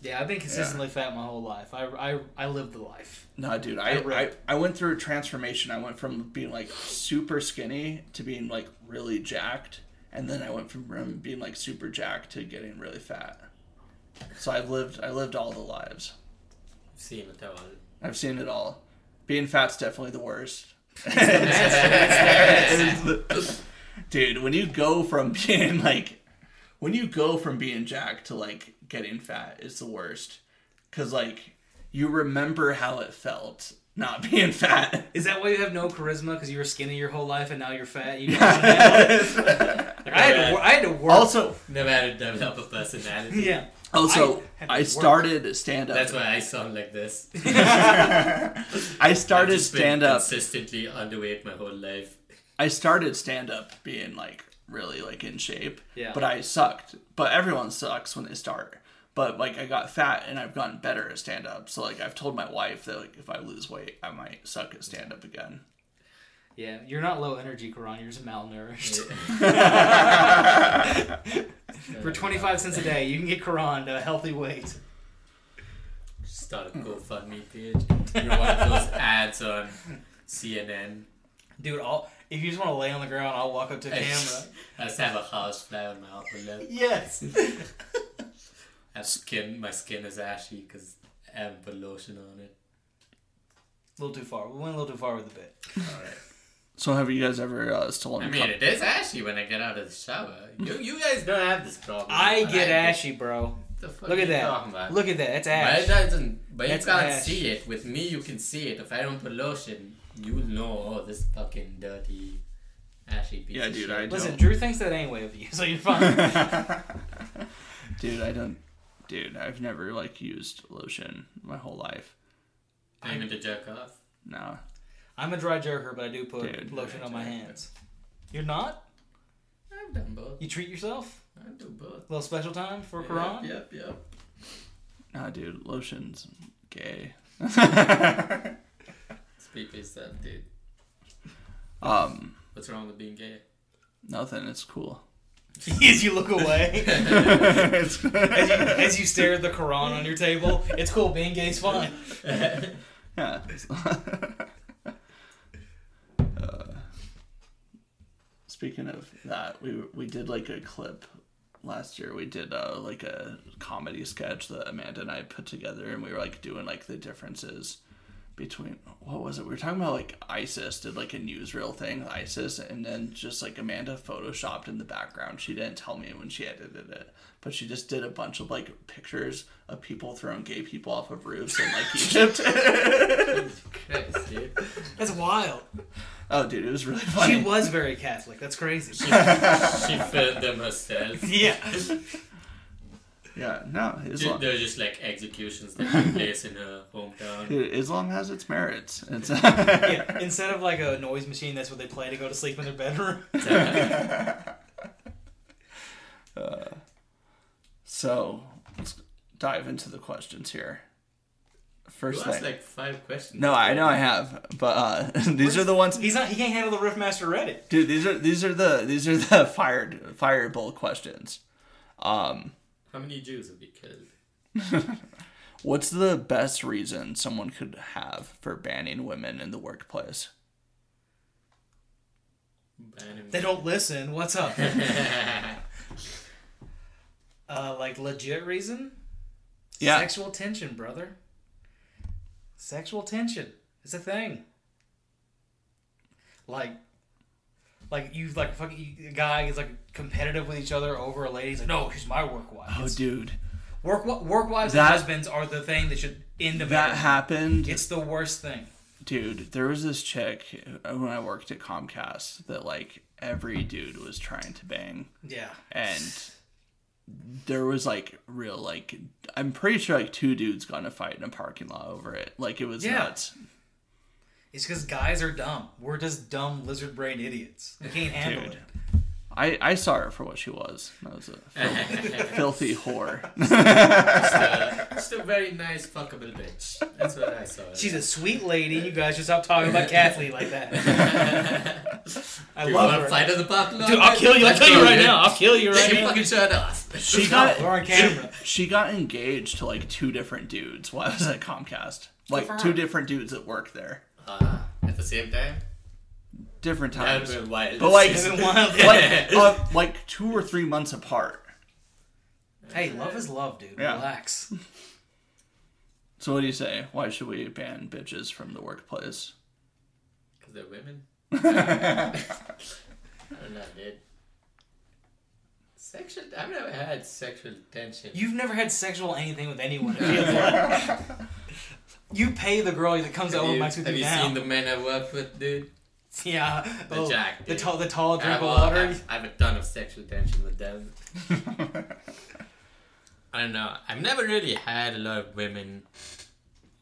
Yeah, I've been consistently fat my whole life. I, I, I lived the life.
No, dude, I,
I
I, I,
ripped.
went through a transformation. I went from being like super skinny to being like really jacked, and then I went from from being like super jacked to getting really fat. So I've lived I lived all the lives.
Seen it all.
I've seen it all. Being fat's definitely the worst. Dude, when you go from being like, when you go from being jacked to like getting fat, it's the worst. Cause like you remember how it felt, not being fat.
Is that why you have no charisma? Because you were skinny your whole life and now you're fat. You like, I, had to, wor- I had to work.
Also,
Never had to develop a personality.
yeah.
also,
I had to
I,
work.
started stand
That's
up.
why I sound like this.
I started
Just been
stand up.
Consistently underweight my whole life.
I started stand up being like really like in shape.
Yeah.
But I sucked. But everyone sucks when they start. But like I got fat and I've gotten better at stand up. So like I've told my wife that like if I lose weight I might suck at stand up again.
Yeah, you're not low energy, Karan. You're just malnourished. For 25 cents a day, you can get Karan to a healthy weight.
Start
Hmm.
a GoFundMe page. You're one of those ads on CNN.
Dude, I'll, if you just want to lay on the ground, I'll walk up to the
I
camera.
just, I just have a house fly on my upper lip.
yes.
I have skin. My skin is ashy because I haven't put lotion on it.
a little too far. We went a little too far with the bit.
All right.
So have you guys ever uh, stolen?
I
a
mean,
cup-
it is ashy when I get out of the shower. You, you guys don't have this problem.
I
but
get ashy, bro.
The fuck
Look
you
at
Talking about?
that. Look at that. That's
But it
ash.
doesn't. But
That's
you can't
ash.
see it. With me, you can see it. If I don't put lotion, you'll know. Oh, this fucking dirty, ashy piece.
Yeah,
of
dude,
shit.
I do.
Listen, Drew thinks that anyway of you, so you're fine.
dude, I don't. Dude, I've never like used lotion my whole life.
I'm into jerk off.
Nah.
I'm a dry jerker, but I do put
Dude,
lotion
dry
on my
jerker.
hands. You're not?
I've done both.
You treat yourself?
I do both.
A little special time for Karan?
Yep, yep. yep.
Nah, dude, lotion's gay.
Speak for yourself, dude.
um,
What's wrong with being gay?
nothing. It's cool.
As you look away, as
It's-
you, as you stare at the Quran on your table, it's cool. Being gay's fine.
Yeah. uh, speaking of that, we we did like a clip last year. We did uh, like a comedy sketch that Amanda and I put together, and we were like doing like the differences between what was it? We were talking about like ISIS did like a newsreel thing, ISIS, and then just like Amanda photoshopped in the background. She didn't tell me when she edited it, but she just did a bunch of like pictures of people throwing gay people off of roofs in like Egypt.
Christ, dude.
That's wild.
Oh, dude, it was really
She
funny.
was very Catholic. That's crazy.
She filmed them herself.
yeah.
yeah, no,
Dude,
Islam.
they're just like executions that took place in her hometown.
Dude, Islam has its merits. It's
yeah. Instead of like a noise machine, that's what they play to go to sleep in their bedroom.
uh, so let's dive into the questions here.
You
First
asked
thing.
like five questions.
no, I know I have, but uh, these are the ones.
He's not. He can't handle the Riffmaster Reddit.
Dude, these are these are the these are the fired fireball questions. Um,
How many Jews have we killed?
what's the best reason someone could have for banning women in the workplace?
Banning
They don't listen. What's up? uh, like legit reason?
Yeah.
Sexual tension, brother. Sexual tension. It's a thing. Like, like you like fucking a guy is like competitive with each other over a lady. He's like, no, she's my work wife.
Oh,
It's-
dude,
work wi- work wives
That-
and husbands are the thing that should end a
that
marriage.
happened.
It's the worst thing.
Dude, there was this chick uh, when I worked at Comcast that like every dude was trying to bang,
Yeah.
and there was like real like I'm pretty sure like two dudes got in a fight in a parking lot over it. Like it was
Yeah.
nuts.
It's because guys are dumb. We're just dumb lizard brain idiots. We can't handle
Dude.
it.
I I saw her for what she was. That was a filthy, filthy whore.
Just a very nice fuckable bitch. That's what I saw.
She's a sweet lady. You guys should stop talking about Kathleen like that. I
you
love
wanna
her.
fight in the parking lot?
Dude, I'll kill you. I'll
Let's
kill you
go,
right
dude.
now. I'll kill you right
Take your
now.
fucking shirt off.
She
No, we're on camera.
She, she got engaged to like two different dudes while I was at Comcast. Like
for
two
her.
different dudes that work there.
Ah, at the same time,
Different
that
times.
was wild.
But, like-
It's been wild.
like, uh, like two or three months apart.
hey, love is love, dude.
Yeah.
Relax.
So what do you say? Why should we ban bitches from the workplace?
because they're women. I don't know, dude. Sexual. I've never had sexual tension.
You've never had sexual anything with anyone. it feels like. You pay the girl that comes
Have
over
you,
my with
have
you
you
now.
seen the men I worked with, dude?
yeah,
The
oh,
Jack.
the
dude.
tall, the tall
I
drink
have
of
all- I
water.
have, I have a ton of sexual tension with them. I don't know. I've never really had a lot of women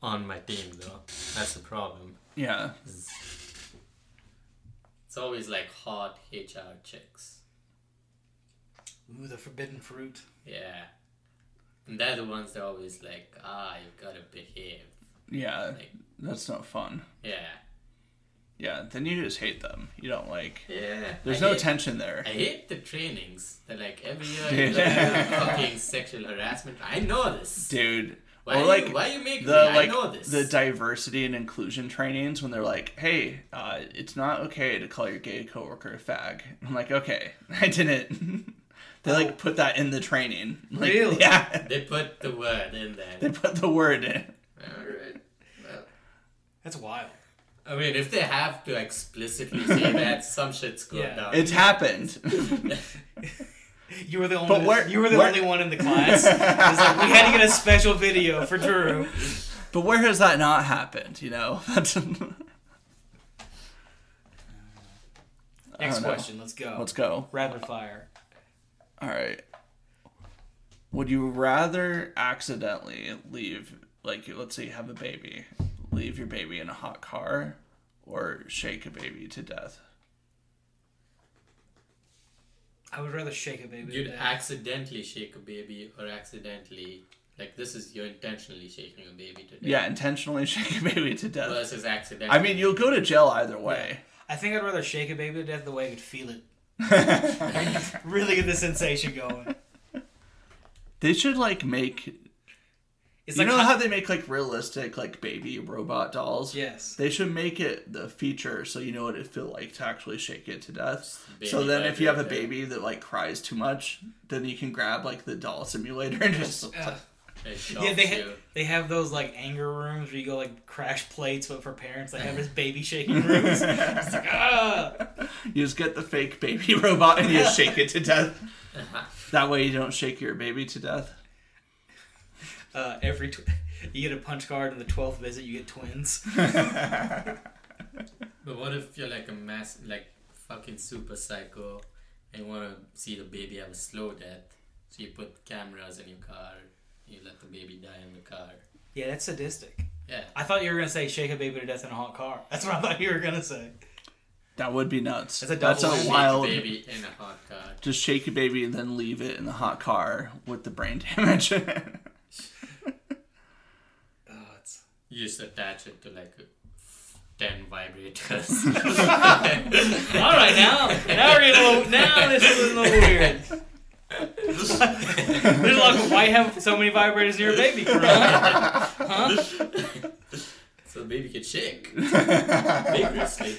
on my team, though. That's the problem.
yeah.
It's always like hot HR chicks.
Ooh, the forbidden fruit.
Yeah. And they're the ones that are always like, ah, you've got to behave.
Yeah.
Like-
That's not fun.
Yeah.
Yeah. Then you just hate them. You don't like.
Yeah.
There's
I
no
hate-
tension there.
I hate the trainings. They're like, every year you got fucking sexual harassment. I know this.
Dude.
Why,
or
are
like
you, why are you making
the
me?
like
I know this.
the diversity and inclusion trainings when they're like, "Hey, uh, it's not okay to call your gay coworker a fag." I'm like, "Okay, I didn't." they like put that in the training. Like,
Really?
Yeah.
they put the word in there.
They put the word in.
Alright. Well,
That's wild.
I mean, if they have to explicitly say that, some shit's going
Yeah.
down.
It's happened.
You were the only.
But where-
you were the
where-
only one in the class. It's like, we had to get a special video for Drew.
but where has that not happened? You know. That's,
Next
don't know.
question. Let's go.
let's go.
Rapid fire.
All right. Would you rather accidentally leave, like, let's say you have a baby, leave your baby in a hot car, or shake a baby to death?
I would rather shake a baby.
You'd
than-
accidentally shake a baby or accidentally, like, this is you're intentionally shaking a baby to death.
Yeah, intentionally shake a baby to death.
Versus accidentally.
I mean, you'll go to jail either way.
I think I'd rather shake a baby to death the way I could feel it. really get the sensation going.
They should like make.
It's
you
like
know how they make like realistic like baby robot dolls.
yes.
They should make it the feature so you know what it feel like to actually shake it to death.
Baby
so then
by
if you have a
baby.
baby that like cries too much, then you can grab like the doll simulator and just
Ugh.
It
yeah,
shocks
they
you.
ha- they have those like anger rooms where you go like crash plates, but for parents they have this baby shaking rooms. It's like ah,
you just get the fake baby robot and you just shake it to death. That way you don't shake your baby to death.
uh, every tw- you get a punch card in the twelfth visit, you get twins.
But what if you're like a mass, like fucking super psycho, and you want to see the baby have a slow death? So you put cameras in your car, you let the baby die in the car.
Yeah, that's sadistic.
Yeah,
I thought you were gonna say shake a baby to death in a hot car. That's what I thought you were gonna say.
That would be nuts.
That's a
That's
double
a
whammy.
Shake
wild.
baby in a hot car.
Just shake a baby and then leave it in the hot car with the brain damage.
Oh, it's
You just attach it to like a- ten vibrators.
all right now. Now we're getting a little. Now this is a little weird. There's a lot of, why you have so many vibrators in your baby? Corona? Huh?
so the baby can shake vigorously.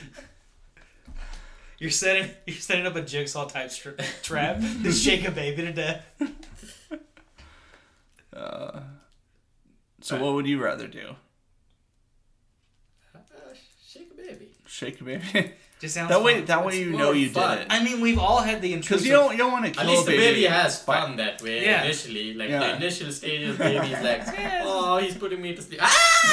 You're setting you're setting up a jigsaw type stri- trap to shake a baby to death.
uh, so what would you rather do?
Uh, shake a baby.
Shake a baby.
Just sounds
that way,
fun.
that way
It's
you
more
know you
fun.
did it.
I mean, we've all had the
Because
intrusive.
you don't you don't want to
At
kill
least
a
the
baby.
baby has fun that way
Yeah.
initially. Like
Yeah.
the initial stages, baby's like, oh, he's putting me to sleep. Ah!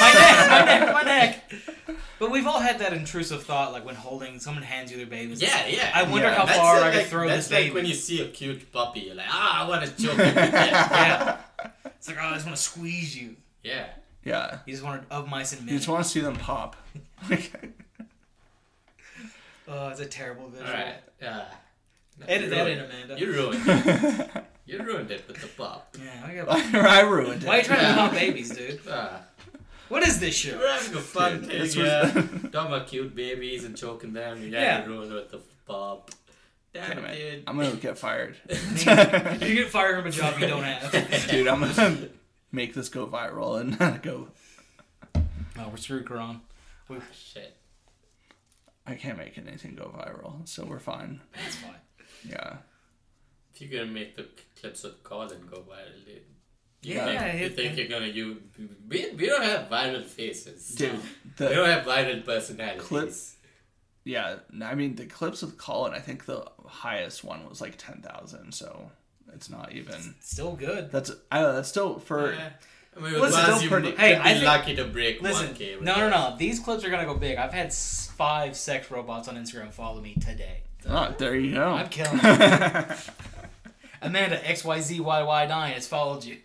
my neck, my neck, my neck. But we've all had that intrusive thought, like when holding someone hands you their baby. it's
Yeah,
like,
yeah.
I wonder
Yeah.
how
That's
far
like,
I can
like-
throw
that's
this
like
baby.
when you see a cute puppy, you're like, ah, I want to choke it. yeah.
Yeah. It's like oh, I just want to squeeze you.
yeah.
Yeah,
You just want to of mice and
you
men.
just want to see them pop.
oh, it's a terrible visual.
All right. Yeah. Ah.
Edit
You
that in,
ruined-
Amanda.
You ruined it. You ruined it with the pop.
yeah, I got-
I ruined it.
why are you trying to
Yeah.
pop babies, dude?
Ah,
What is this show?
we're having a fun
Dude,
thing.
this was-
yeah. Talking about cute babies and choking them. You
Yeah.
got to ruin it with the pop. Damn,
Damn
it,
it.
dude.
I'm gonna get fired.
Man, you get fired from a job you don't have.
Dude, I'm gonna make this go viral and go.
Oh, we're screwed, Karan.
Shit.
I can't make anything go viral, so we're fine.
That's fine.
Yeah.
If you're gonna make the c- clips of Colin go viral, dude. You
Yeah,
think, you
it-
think you're gonna you? We, we don't have viral faces.
Dude,
we
the
don't have viral personalities.
Clips? yeah, I mean the clips with Colin, I think the highest one was like ten thousand, so it's not even.
Still good.
That's I don't know, that's still for
Yeah. I mean, with
Listen,
Buzz,
don't
you
pretty-
m-
Hey,
could
I
be
think-
lucky to break
Listen,
1K.
no, no, no. These clips are gonna go big. I've had s- five sex robots on Instagram follow me today.
Oh, there you go.
I'm killing Amanda XYZYY9 has followed you.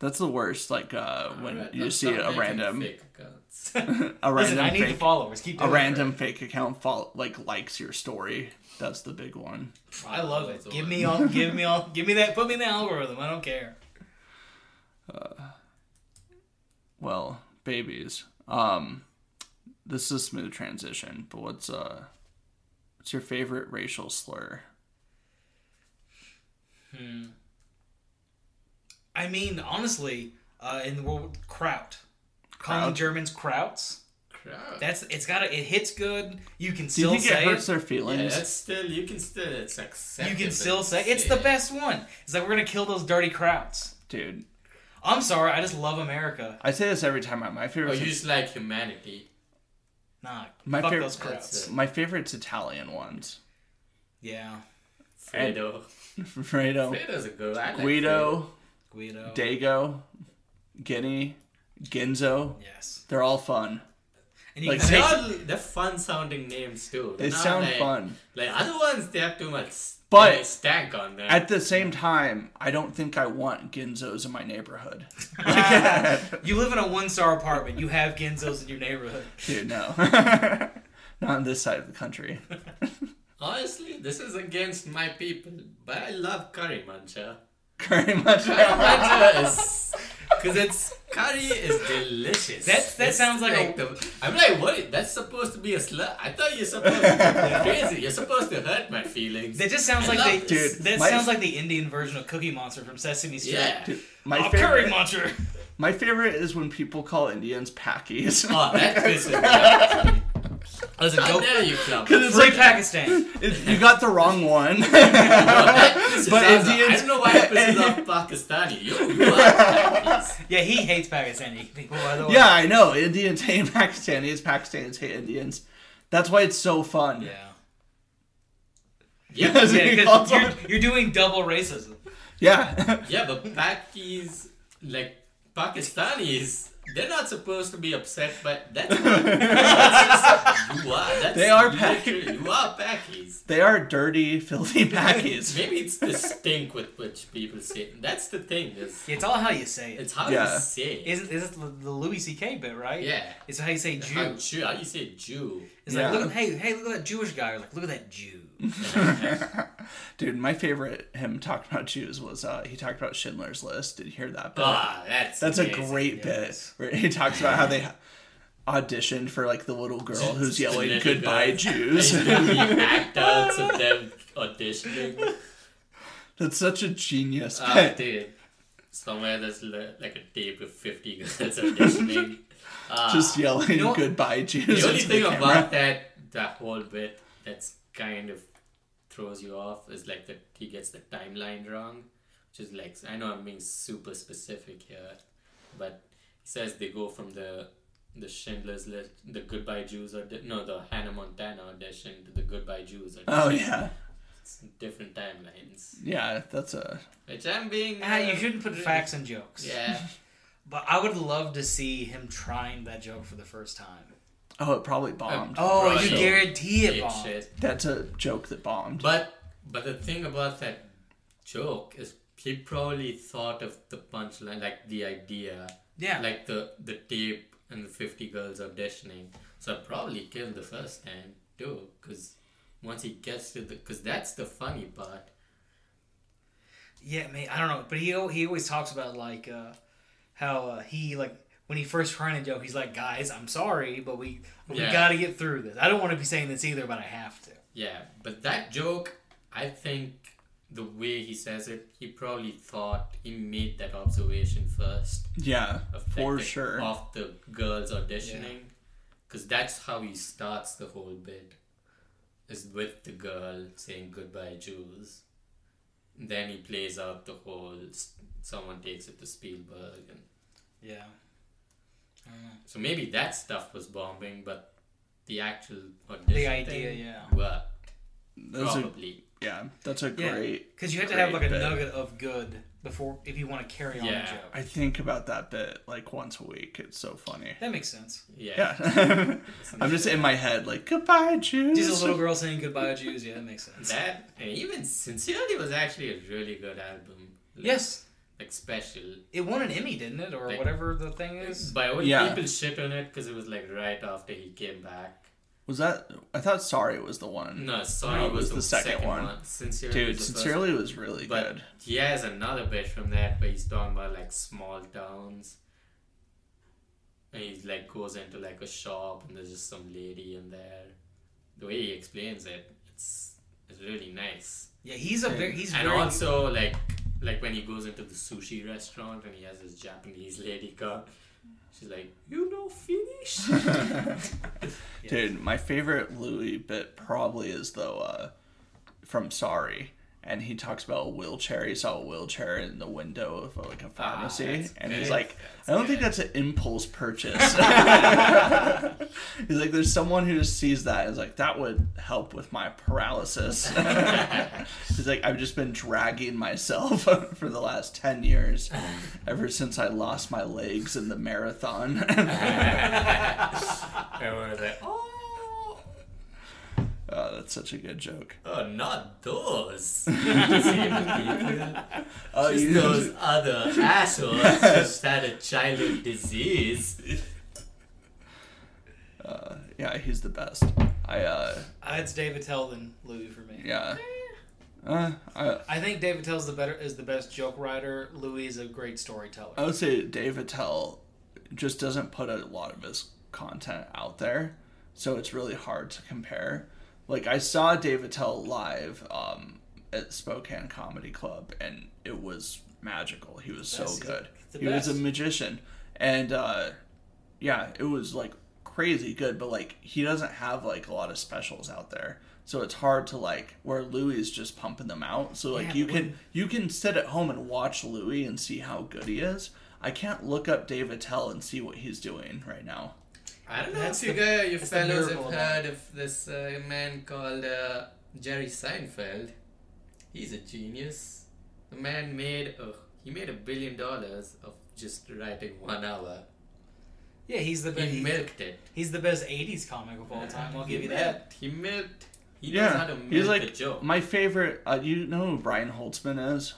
That's the worst. Like uh, when
Alright,
you
let's
see
stop
a
making
random,
fake accounts.
a
Listen,
random
I need the
fake,
followers. Keep
a
doing
random fake account follow, like likes your story. That's the big one.
it. I love it. Give me all. Give me all. Give me that. Put me in the algorithm. I don't care.
Well, babies. Um, this is a smooth transition. But what's uh, what's your favorite racial slur?
I mean, honestly, uh, in the world, kraut. Calling
Kraut?
Germans krauts.
Crap.
That's it's got it hits good. You can
Do you
still
think it
say
hurts
it.
their
Yeah,
feelings?
that's still you can still it's acceptable.
You can still say
to
it's the best one. It's like we're gonna kill those dirty krauts.
Dude,
I'm sorry, I just love America.
I say this every time. My
Or
favorite,
Oh, you just like humanity.
Nah,
My
fuck
favorite-
those
That's
krauts.
it.
my favorite's Italian ones.
Yeah,
Fredo.
Fredo,
Fredo's a good. I like
Guido,
Guido.
Dago, Guinea, Ginzo.
yes,
They're all fun.
and you
Like,
can
Fredo.
say
They all, they're fun sounding names too.
They
Not
sound
like,
fun.
Like other ones, they have too much
But-
uh, stank on them.
At the same time, I don't think I want Ginzos in my neighborhood.
you live in a one star apartment. You have Ginzos in your neighborhood.
Dude, no. Not on this side of the country.
Honestly, this is against my people, but I love curry mancha.
Very much.
Curry mancha is because it's curry is delicious.
That- that
It's
sounds like a-
the, I'm like, what? That's supposed to be a slur. I thought you're supposed to be crazy. You're supposed to hurt my feelings.
That just sounds
I
like
love
they,
this.
Dude,
that
my-
sounds like the Indian version of Cookie Monster from Sesame Street.
Yeah.
Dude,
Oh,
my,
curry
favorite,
monster.
my favorite is when people call Indians Pakis.
Uh,
Oh, that pisses me off.
Listen,
How
go
dare you, club?
Because it's
free
like,
Pakistan.
it- you got the wrong one.
but
Indians-
I don't know why that pisses off Pakistani. You, you are
Yeah, he hates Pakistani people. By the way.
yeah, I know. Indians hate Pakistanis. Pakistanis hate Indians. That's why it's so fun.
Yeah.
Yeah,
That's what he
Yeah, 'cause
calls
you're,
them.
you're doing double racism.
yeah.
yeah, but Pakis, like Pakistanis, they're not supposed to be upset, but that's, that's just, you are. That's
They are
literally- You are Pakis.
they are dirty, filthy Pakis.
Maybe it's the stink with which people say. it. That's the thing. Is
It's all how you say it.
it's how
Yeah.
you say. it.
Isn't is it the, the Louis C.K. bit, right?
yeah.
It's how you say Jew.
How, Jew. How you say Jew?
It's
Yeah.
like, look, at- hey, hey, look at that Jewish guy. Or like, look at that Jew.
Dude, my favorite him talking about Jews was uh, he talked about Schindler's List. Did you hear that?
Uh,
bit?
Ah, that's
That's a
amazing.
great bit
yes.
where he talks about how they auditioned for like the little girl who's
The
yelling
little
"Goodbye,
girl.
Jews."
the act-outs of them auditioning.
That's such a genius
Ah,
bit.
dude. Somewhere there's le- like a tape of 50 girls auditioning. Ah,
Just yelling
know what-
"Goodbye, Jews."
the only
into
thing
camera.
about that, that whole bit that's kind of throws you off is like that he gets the timeline wrong. Which is like, I know I'm being super specific here, but he says they go from the the Schindler's List, the Goodbye Jews, or no, the Hannah Montana audition to the Goodbye Jews. Audition.
oh yeah,
It's different timelines.
yeah. That's a
Which I'm being.
Ah,
uh,
you shouldn't put facts in jokes.
Yeah.
But I would love to see him trying that joke for the first time.
oh, it probably
Um,
bombed.
Oh,
Right.
you guarantee it,
Shit,
bomb.
shit.
That's a joke that bombed.
But but the thing about that joke is he probably thought of the punchline, like the idea,
Yeah.
like the the tape and the fifty girls auditioning. So probably killed the first time too, because once he gets to the, because that's the funny part.
Yeah, man, I don't know, but he al- he always talks about like uh, how uh, he like when he first trying to joke, he's like, "Guys, I'm sorry, but we we
Yeah.
got to get through this. I don't want to be saying this either, but I have to."
Yeah, but that joke, I think the way he says it, he probably thought he made that observation first.
yeah,
of like,
for
the-
sure.
of the girls auditioning because that's how he starts the whole bit is with the girl saying goodbye Jules then he plays out the whole s- someone takes it to Spielberg and
Yeah,
so maybe that stuff was bombing but the actual audition
the idea,
thing
yeah.
worked
Those are,
probably.
yeah, that's a
Yeah.
great.
Because you have to have
Great
like a
bit.
nugget of good before if you want to carry on
Yeah.
the joke.
I think about that bit like once a week. It's so funny.
That makes sense.
Yeah.
Yeah, I'm just in my head like goodbye, Jews.
Just a little girl saying goodbye to Jews. Yeah, that makes sense.
That and even sincerely was actually a really good album. Like,
yes,
Like special.
it won an Emmy, didn't it, or
Like-
whatever the thing is.
But when
Yeah.
people shit on it because it was like right after he came back.
Was that? I thought sorry was the one.
No, sorry
No, it
was, the, second, one. Sincerely,
Dude,
was the first
sincerely was really
But
good.
he has another bit from that where he's talking about like small towns. And he like goes into like a shop and there's just some lady in there. The way he explains it, it's it's really nice.
Yeah, he's a very he's
and
very
also like like when he goes into the sushi restaurant and he has his Japanese lady come, she's like, You know Finnish?
Dude, my favorite Louis bit probably is though uh, from Sorry, and he talks about a wheelchair. He saw a wheelchair in the window of uh, like a pharmacy,
Ah, that's
and
good.
he's like,
That's
"I don't think
good.
that's an impulse purchase." he's like, "There's someone who just sees that and is like, that would help with my paralysis." he's like, "I've just been dragging myself for the last ten years, ever since I lost my legs in the marathon."
Everyone's like, Oh
oh, that's such a good joke.
Oh, not those. Disabled people.
Uh,
Oh,
Just
you-
those other assholes just had a childhood disease.
Yeah, he's the best. I uh
uh, it's David Tell than Louis for me.
yeah. Uh, I,
I think David Tell's the better is the best joke writer. Louis is a great storyteller.
I would say Dave Attell just doesn't put a lot of his content out there, so it's really hard to compare. Like I saw Dave Attell live um, at Spokane Comedy Club, and it was magical. He was so
Best. He's
good.
the
He was a
best.
magician, and uh, yeah, it was like crazy good. But like he doesn't have like a lot of specials out there. So it's hard to like where Louis is just pumping them out. So like
Yeah,
you
but
can you can sit at home and watch Louis and see how good he is. I can't look up Dave Attell and see what he's doing right now.
I don't know
That's
if you
the-
guys, you
that's the
fellows have
miracle of
heard of this uh, man called uh, Jerry Seinfeld. He's a genius. The man made a, he made a billion dollars of just writing one hour.
yeah, he's the best.
He milked it.
he's the best '80s comic of all time. I'll
He
give you that.
milked. He milked. He knows how
yeah,
to milk
he's
a
like
joke.
my favorite. Uh, you know who Brian Holtzman is?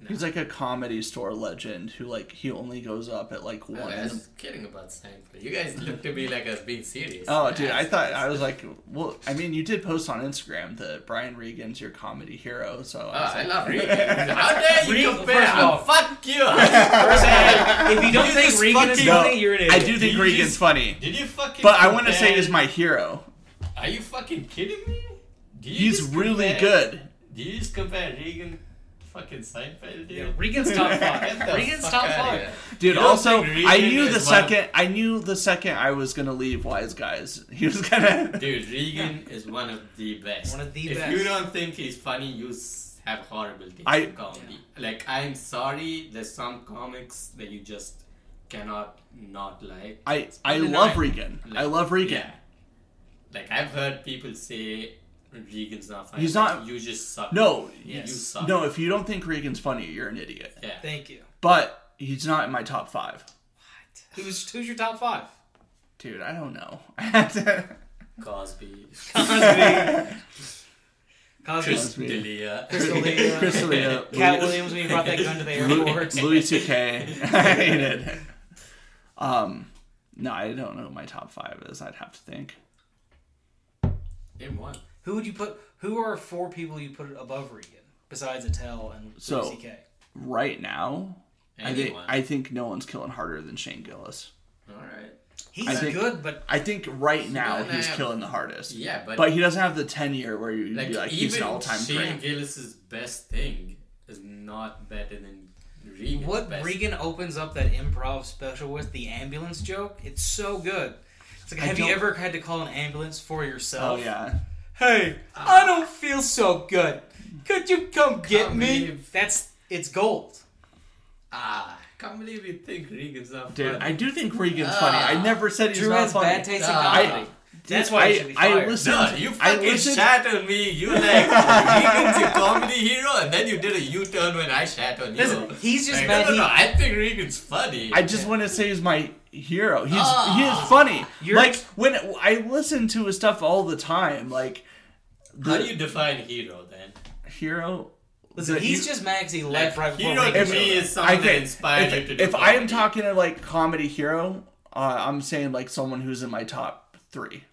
No.
He's like a comedy store legend who like he only goes up at like
Oh,
one.
I
in the
was kidding about Seinfeld. You guys look to me like I was being serious.
Oh, dude, I
That's-
thought I was like, well, I mean, you did post on Instagram that Brian Regan's your comedy hero, so
Oh, I
was
love Regan. How dare you
Regan-
compare?
first of all-
Oh, fuck you.
First of all, if you don't
You
think
just
Regan is
fucking-
funny, you're an
I
idiot.
do think
You
Regan's
just-
funny,
Did you fucking?
but I want to say
compare-
he's my hero.
Are you fucking kidding me? Do you
He's
just
really
compare-
good.
Do you just compare Regan, to fucking Seinfeld, dude?
Yeah, Regan's top
Get
five.
the
Regan's
fuck
top
outta
five.
here.
Dude,
don't
also,
think
I
Regan
knew the
is one of-
second I knew the second I was gonna leave Wise Guys. He was gonna.
Dude, Regan is one of the best.
One of the
if
best.
you don't think he's funny, you s- have horrible taste
I-
in comedy. Like, I'm sorry, there's some comics that you just cannot not like.
I I
Even
love
I-
Regan. I
like,
love Regan.
Yeah. Like, I've heard people say Regan's not funny.
He's not-
You just suck.
No,
You, you
Yes.
suck.
no. If you don't think Regan's funny, you're an idiot.
Yeah.
Thank you.
But he's not in my top five.
Who's who's your top five?
Dude, I don't know.
Cosby.
Cosby. Cosby.
Just- Cosby.
Delia.
Crystal
Crystal Leah,
Cat
Louis-
Williams when he brought that gun to the airport.
Louis, Louis C.K. I hate it. Um, no, I don't know what my top five is. I'd have to think.
Name one.
Who would you put? Who are four people you put above Regan besides Attell and
So-
Louis CK?
Right now, I think
Anyone.
I think no one's killing harder than Shane Gillis.
Alright.
He's
think-
good, but
I think right now
doesn't
he's
have-
killing the hardest.
Yeah, but,
But he doesn't have the tenure where you'd
like,
be like
even
he's an all-time
Shane
great.
Gillis's best thing is not better than Regan's
what
best.
Regan opens up that improv special with the ambulance joke, it's so good. It's like,
I
have you
don't-
ever had to call an ambulance for yourself?
Oh yeah,
Hey, I don't feel so good. Could you come get
Can't
me?
believe-
That's it's gold.
Ah, can't believe you think Regan's not
dude.
funny.
I do think Regan's funny. I never said he's
Drew
not
has
funny.
bad taste in
Ah.
comedy. That's why you
I-
should be
I
fired.
listened-
No, you
I
fucking
listened-
shat on me. You like Regan's a comedy hero, and then you did a U-turn when I shat on you.
Listen, he's just E
Like,
mad
No, no,
he-
no. I think Regan's funny.
I just want to say he's my hero. He's
Ah.
he is funny.
You're-
like when I listen to his stuff all the time, like
How do you define hero then?
hero.
Listen,
the-
he's just mad 'cause he left right before
hero
Reagan
to
showed
me
up.
is someone that
Okay,
inspired
if,
you to do
if I am
comedy.
talking to like comedy hero, uh, I'm saying like someone who's in my top three.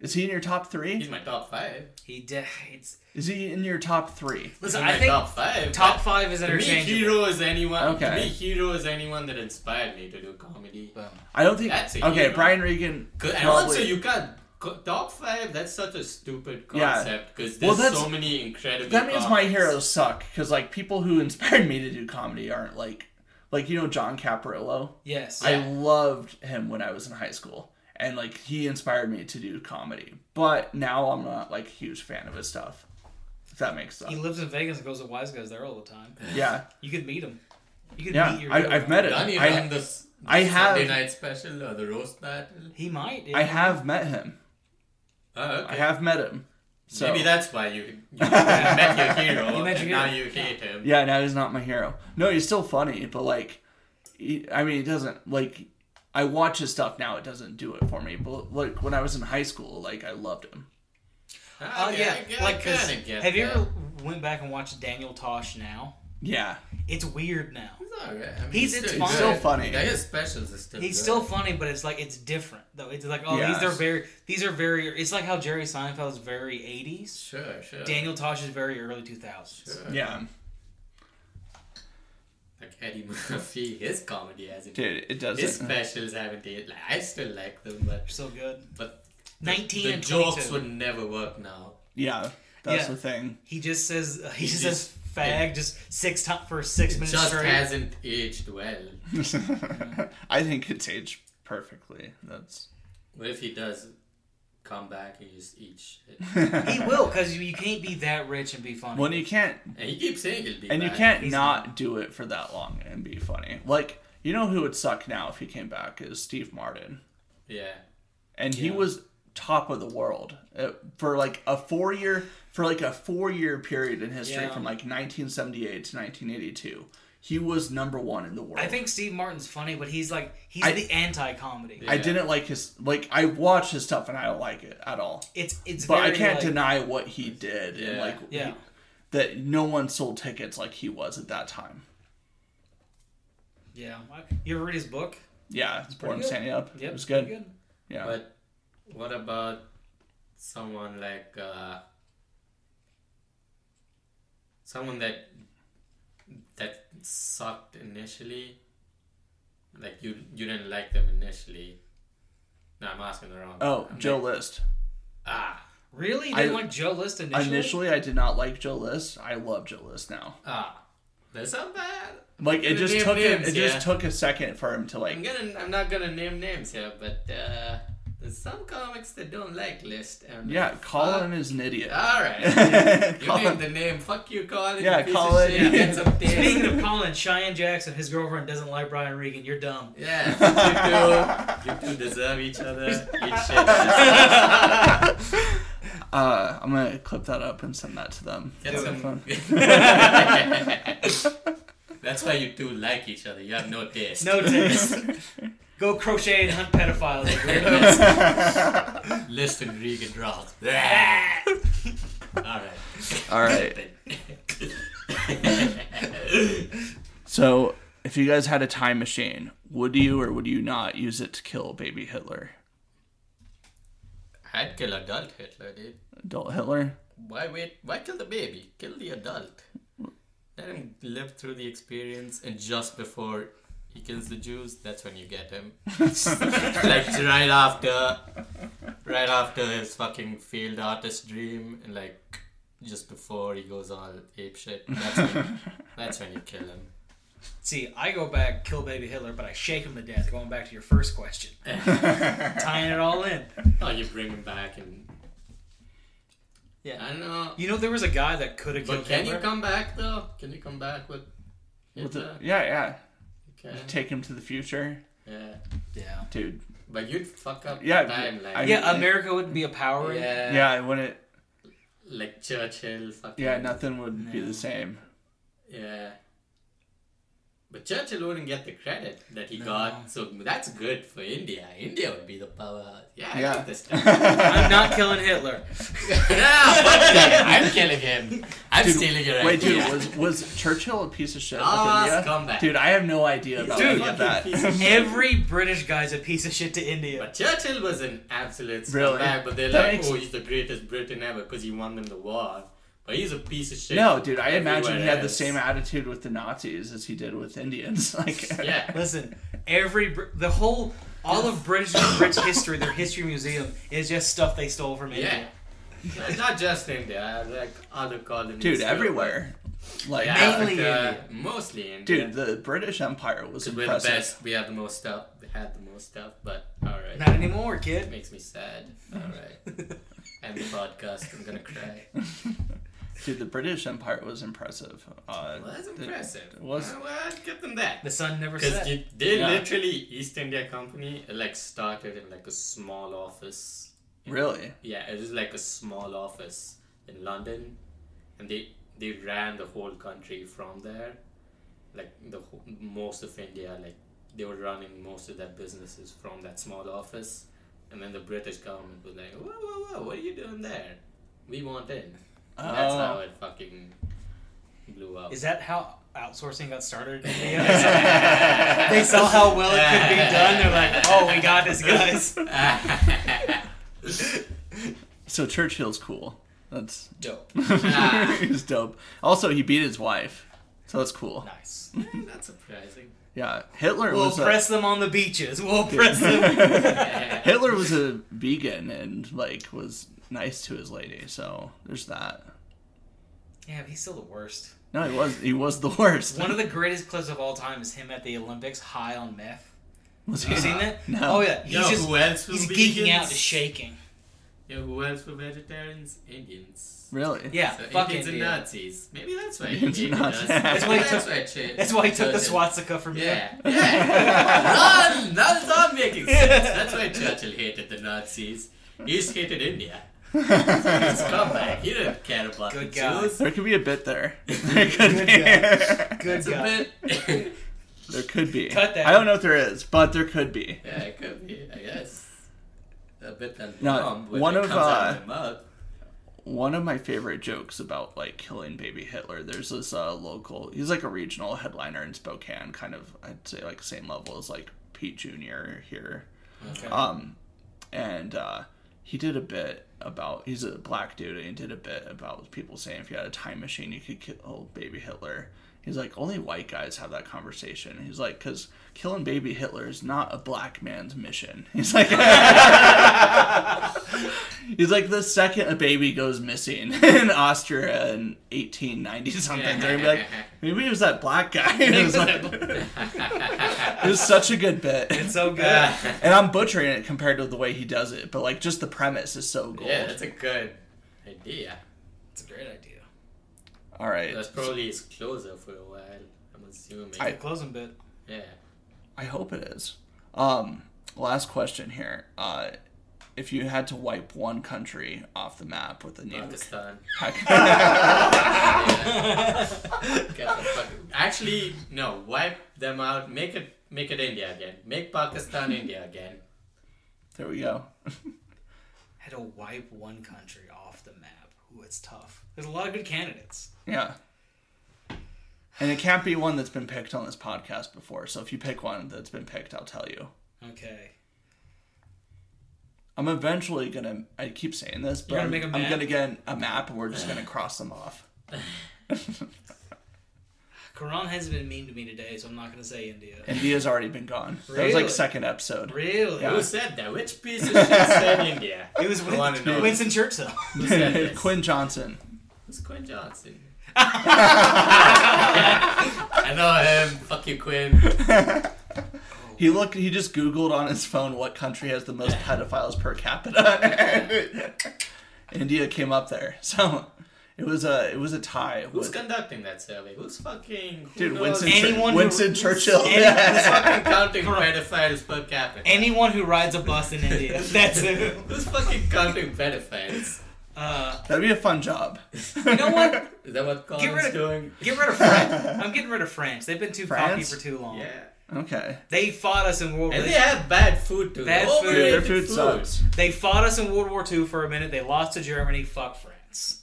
Is he in your top three?
He's my top five.
He de- it's
Is he in your top three?
He's
listen.
in
I
my
think
top five.
top
but
five is
To me,
interchangeable.
hero is anyone. To
Okay.
me, hero is anyone that inspired me to do comedy.
Boom.
I don't think.
That's a
okay,
hero.
Brian Regan.
'Cause- And
probably-
also, you can't. co- Top five. That's such a stupid
Yeah.
concept because
Well,
there's
that's-
so many incredible.
that means my
comics.
heroes suck because like people who inspired me to do comedy aren't like like you know John Caparillo.
Yes.
I loved him when I was in high school. And like he inspired me to do comedy. But now I'm not like a huge fan of his stuff. If that makes
he
sense.
lives in Vegas and goes to Wise Guys there all the time.
Yeah.
You could meet him. You could
Yeah.
meet your. hero.
I, I've met him.
Danny
I,
ran this
I have-
Sunday night special or the roast battle.
He might. dude.
I have met him.
Oh,
I
okay.
have met him. So
Maybe that's why you, you met your hero
You met
and
your
now
hero.
you hate him.
Yeah, now he's not my hero. No, he's still funny, but like he, I mean, he doesn't like I watch his stuff now, it doesn't do it for me. But like when I was in high school, like I loved him.
Oh
Okay,
yeah.
I get- Ah, I
like 'cause-
kinda get
have you
that.
ever went back and watched Daniel Tosh now?
Yeah.
It's weird now.
He's alright. I mean,
He's- it's
good.
fine.
Still funny.
Yeah, his specials are still.
He's
good.
still funny, but it's like it's different though. It's like oh
Yeah.
these are very these are very. It's like how Jerry Seinfeld is very eighties.
Sure, sure.
Daniel Tosh is very early two thousands.
sure.
Yeah.
Like Eddie Murphy, his comedy hasn't.
Dude, it doesn't.
His specials haven't. aged. Like, I still like them, but
So good.
But
nineteen
the
and
jokes
22.
would never work now.
yeah. That's
Yeah.
the thing.
He just says uh, he,
He
just,
just-
says fag just six times for six minutes
Just
straight.
hasn't aged well.
I think it's aged perfectly. That's
What if he does come back and just eat shit?
he will because you, you can't be that rich and be funny.
when you can't
And he keeps saying he'll be
and you
back.
can't
He's-
not do it for that long and be funny. Like you know who would suck now if he came back is Steve Martin,
Yeah.
and he
Yeah.
was top of the world uh, for like a four year for like a four year period in history
Yeah.
from like 1978 to 1982. He was number one in the world.
I think Steve Martin's funny, but he's like he's
I-
the anti-comedy.
Yeah.
I didn't like his like I watched his stuff and I don't like it at all.
It's it's
But I
very,
can't
like-
deny what he did and
Yeah.
like
Yeah,
that no one sold tickets like he was at that time.
yeah. You ever read his book?
Yeah, it's
pretty
Born
good.
Standing Up.
Yep,
it was good.
pretty
Yeah.
But what about someone like uh, someone that that sucked initially? Like you you didn't like them initially. No, I'm asking the wrong.
oh,
I'm
Joe
like-
List.
ah
Really? You didn't
I-
like Joe List initially?
Initially, I did not like Joe List. I love Joe List now.
ah. That's not bad.
Like it
The
just
name
took him,
names,
it
yeah.
just took a second for him to
I'm
like.
gonna. I'm not gonna name names here, but uh, there's some comics that don't like list. And I'm like,
Yeah,
fuck.
Colin is an idiot.
All right. you
Colin-
named the name. Fuck you, Colin.
Yeah,
you piece
Colin.
Of shit. Get some dick.
Speaking of Colin, Cheyenne Jackson, his girlfriend doesn't like Brian Regan. You're dumb.
Yeah, you two, you two deserve each other. Eat shit.
Uh, I'm gonna clip that up and send that to them.
Get
That'd be
some. That's why you two like each other. You have no taste.
No taste. Go crochet and hunt pedophiles. you weirdo.
List and Regan draws. All right.
All right. So, if you guys had a time machine, would you or would you not use it to kill baby Hitler,
I'd kill adult Hitler, dude.
adult Hitler?
Why wait? Why kill the baby? Kill the adult. Let him live through the experience, and just before he kills the Jews, that's when you get him. like right after, right after his fucking failed artist dream, and like just before he goes all ape shit. That's when, that's when you kill him.
See, I go back, kill baby Hitler, but I shake him to death. Going back to your first question, tying it all in.
Oh, you bring him back, and yeah, I don't know.
You know, there was a guy that could have
But
killed
can
Hitler.
you come back though? Can you come back with?
With the-
Hitler?
yeah, yeah.
Okay.
Take him to the future,
Yeah.
yeah,
dude.
But you'd fuck up
Yeah,
timeline.
I-
yeah, America wouldn't be a power.
yeah,
yeah, I wouldn't.
Like Churchill. Fucking,
Yeah, nothing would be the same.
Yeah. But Churchill wouldn't get the credit that he
No.
got, so that's good for India. India would be the powerhouse. Yeah, I
Yeah.
like this stuff.
I'm not killing Hitler.
no, fuck that. I'm killing him. I'm
Dude,
stealing your
Wait, dude,
idea.
was was Churchill a piece of shit? with
Ah,
India?
scumbag.
Dude, I have no idea about
Dude,
any of that.
fucking piece of
Every British guy's a piece of shit to India.
But Churchill was an absolute scumbag.
Really?
But they're
That
like,
makes-
oh, he's the greatest Britain ever because he won them the war. But he's a piece of shit.
no, dude, I imagine he
everywhere
had the
else.
same attitude with the Nazis as he did with Indians. Like,
Yeah.
Listen, every Br- the whole all of British British history, their history museum is just stuff they stole from
Yeah.
India.
It's not just India, like other colonies.
dude,
too.
everywhere. Like,
Yeah,
that-
Mainly
but, uh,
India.
Mostly India.
dude, the British Empire was
So we're the
impressive.
best. We have the most stuff. We had the most stuff, but alright.
Not anymore,
It
kid.
makes me sad. Alright. End the podcast. I'm gonna cry.
Dude, the British Empire was impressive. Uh,
Well, that's
the-
impressive.
was-
Uh, well, I'd give them that.
The sun never
Because
set.
they, they
Yeah.
literally East India Company uh, like started in like a small office.
Really?
Yeah, it was like a small office in London, and they they ran the whole country from there, like the whole, most of India. Like they were running most of their businesses from that small office, and then the British government was like, "Whoa, whoa, whoa! What are you doing there? We want in." And That's how
Oh.
it fucking blew up.
Is that how outsourcing got started? in India? they saw how well it could be done. They're like, oh, we got this, guys.
So Churchill's cool. That's
Dope.
Ah.
he's dope. Also, he beat his wife, so that's cool.
Nice.
That's surprising.
Yeah, Hitler
We'll
was a-
press them on the beaches. We'll press them.
Hitler was a vegan and like was nice to his lady. So there's that.
yeah, but he's still the worst.
No, he was he was the worst.
One of the greatest clips of all time is him at the Olympics, high on meth.
was
Have you seen that?
No.
Oh yeah, he's
Yo,
just
who else were
he's geeking out
vegans?
to shaking.
Yo, who else were vegetarians? Indians.
Really?
Yeah,
So
fuck
Indians
India.
and Nazis. Maybe that's why
Indians
he
and
hated
Nazis.
us.
That's
why he
That's
took-
why shit-
That's why he took the
Churchill-
swastika from you.
Yeah. yeah. Run! Now it's all making sense. That's why Churchill hated the Nazis. He just hated India. He's a scumbag. He didn't care about
Good
the
guy.
Jews.
There could be a bit there. There could
Good
be.
Good
It's a
guy.
bit.
There could be.
Cut that.
I don't know if there is, but there could be.
yeah, it could be, I guess. A bit that
No,
bomb when
one
it
of,
comes out
uh,
of my mouth.
one of my favorite jokes about like killing baby Hitler. There's this uh, local. He's like a regional headliner in Spokane, kind of. I'd say like same level as like Pete Junior here.
Okay.
Oh,
Um, and uh, he did a bit about. He's a black dude, and he did a bit about people saying if you had a time machine, you could kill baby Hitler. He's like, only white guys have that conversation. He's like, because killing baby Hitler is not a black man's mission. He's like, he's like, the second a baby goes missing in Austria in 1890 something, they're gonna be like, maybe it was that black guy. it, was like- it was such a good bit.
It's so good.
And I'm butchering it compared to the way he does it, but like just the premise is so gold.
Yeah, that's a good idea.
It's a great idea.
All right.
That's probably his closer for a while. I'm assuming.
I-
The closing bit.
yeah.
I hope it is. Um, last question here. Uh, if you had to wipe one country off the map with a nuke,
Pakistan.
That's
Get the fuck. Actually, no. Wipe them out. Make it. Make it India again. Make Pakistan India again.
there we go.
Had to wipe one country off the map. Ooh, it's tough. There's a lot of good candidates.
Yeah. And it can't be one that's been picked on this podcast before. So if you pick one that's been picked, I'll tell you.
Okay.
I'm eventually gonna. I keep saying this, but
You're gonna
I'm,
make a
I'm
map?
gonna get a map, and we're just gonna cross them off.
Quran has been mean to me today, so I'm not gonna say India.
India's already been gone. That was like
Really?
second episode.
Really?
Yeah.
Who said that? Which piece of shit said India?
It was
I wanna know.
Win- Winston Churchill.
Who said this?
Quinn Johnson.
It's Quinn Johnson. I know him. Fuck you, Quinn.
He looked. He just Googled on his phone what country has the most pedophiles per capita. India came up there. So, It was a it was a tie.
Who's
with-
conducting that survey? Who's fucking? Who
Dude,
knows?
Winston, Chur-
Anyone who-
Winston Churchill.
Any-
Who's fucking counting
Correct.
pedophiles per capita?
Anyone who rides a bus in India, that's it.
Who's fucking counting pedophiles?
Uh,
That'd be a fun job.
you know what?
Is that what
rid
Colin's
of-
doing?
Get rid of France. I'm getting rid of France. They've been too cocky
France?
for too long.
Yeah.
Okay.
They fought us in World War.
And they have bad food too.
Bad
Overrated
food.
Dude, their food sucks.
They fought us in World War II for a minute. They lost to Germany. Fuck France.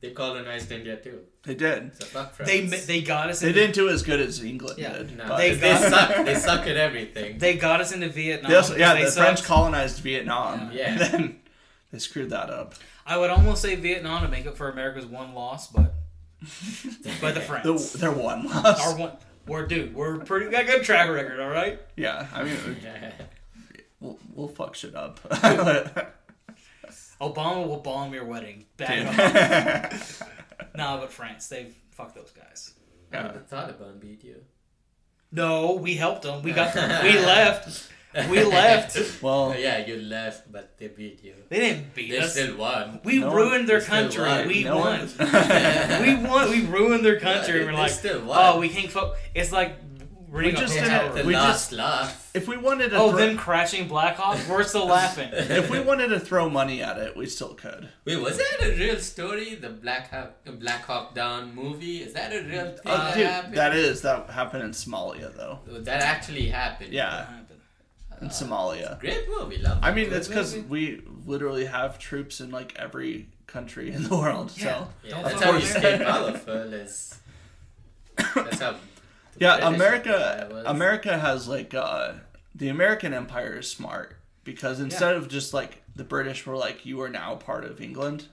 They colonized India too.
They did.
So fuck France.
They mi- they got us.
They
into,
didn't do as good as England
Yeah,
did.
No,
but-
they,
They
they
got-
suck. They suck at everything.
They got us into Vietnam.
They also, yeah,
They
the
sucked.
French colonized Vietnam.
Yeah.
And then they screwed that up.
I would almost say Vietnam to make up for America's one loss, but but the French.
The, their one loss.
Our one. We're dude. We're pretty we got a good track record. All right.
yeah, I mean,
Yeah.
we'll, we'll fuck shit up.
Obama will bomb your wedding. Back up.
yeah.
nah, but France. They fuck those guys.
The Taliban beat you.
No, we helped them. We got. we left. We left.
Well,
Oh, yeah, you left, but they beat you.
They didn't beat
They
us.
still won.
we
No,
ruined their
they still
country.
lied.
We
no
won.
one-
we won. We ruined their country.
Yeah,
and we're
they
like,
still won.
oh, we can't. Fo-. It's like we
just
They
didn't-
had the
We
last
just-
laugh.
if we wanted to
Oh,
throw,
them crashing Black Hawk. We're still laughing.
if we wanted to throw money at it, we still could.
Wait, was that a real story? The Black Hawk, Black Hawk Down movie? Is that a real thing
Oh,
that
dude,
happened?
that is that happened in Somalia though.
That actually happened.
Yeah,
Uh,
in Somalia.
Great movie, love.
I mean,
it.
it's because we literally have troops in like every country in the world. So
Yeah,
Don't
that's
fuck
how you
with them.
stay powerful. Is that's how. the
yeah,
British
America.
was.
America has like uh, the American Empire is smart because instead of just like the British were like you are now part of England.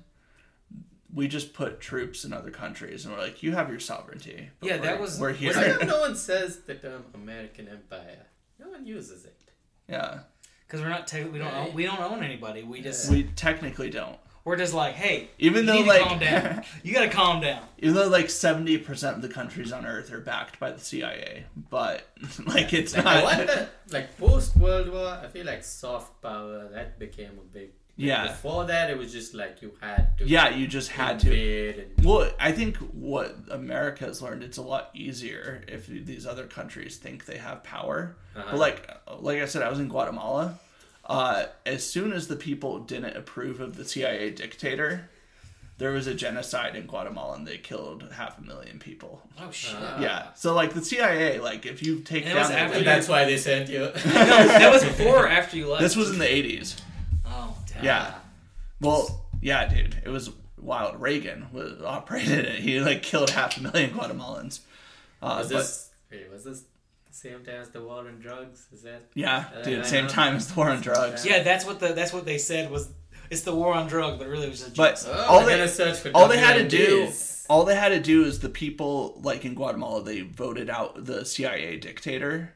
We just put troops in other countries, and we're like, "You have your sovereignty." but
Yeah, that
we're-
was-
we're
Well, how come
here.
no one says the term American Empire? No one uses it.
yeah,
Because we're not. Te- we don't. Own, we don't own anybody. We just.
we technically don't.
We're just like, hey.
Even
you
though,
need to
like-
calm down. you gotta calm down.
Even though like seventy percent of the countries on Earth are backed by the CIA, but like it's
Like, I
not.
wonder, like post World War, I feel like soft power that became a big.
Yeah.
Before that, it was just like you had to.
Yeah, you just had to.
invade and
Well, I think what America has learned, it's a lot easier if these other countries think they have power.
uh-huh,
Uh-huh.
But like, like I said, I was in Guatemala. Uh, as soon as the people didn't approve of the CIA dictator, there was a genocide in Guatemala, and they killed half a million people.
Oh shit.
Uh,
yeah. So like the CIA, like if you take
And it
down,
was
their-
after
And that's why they sent you.
no, that was before or after you left.
this was in the eighties.
Oh damn.
Yeah. Well, yeah, dude. It was wild. Reagan was, operated it. He like killed half a million Guatemalans. Uh,
Was
but-
this? Wait, was this the same time as the war on drugs? Is that?
yeah,
Uh,
dude.
I
Same
know.
time as the war on drugs.
Yeah, that's what the that's what they said was. It's the war on drugs, but really it was just.
But
Oh,
all
we're
they
gonna search for
all they had to do
WMDs.
all they had to do is the people like in Guatemala they voted out the CIA dictator,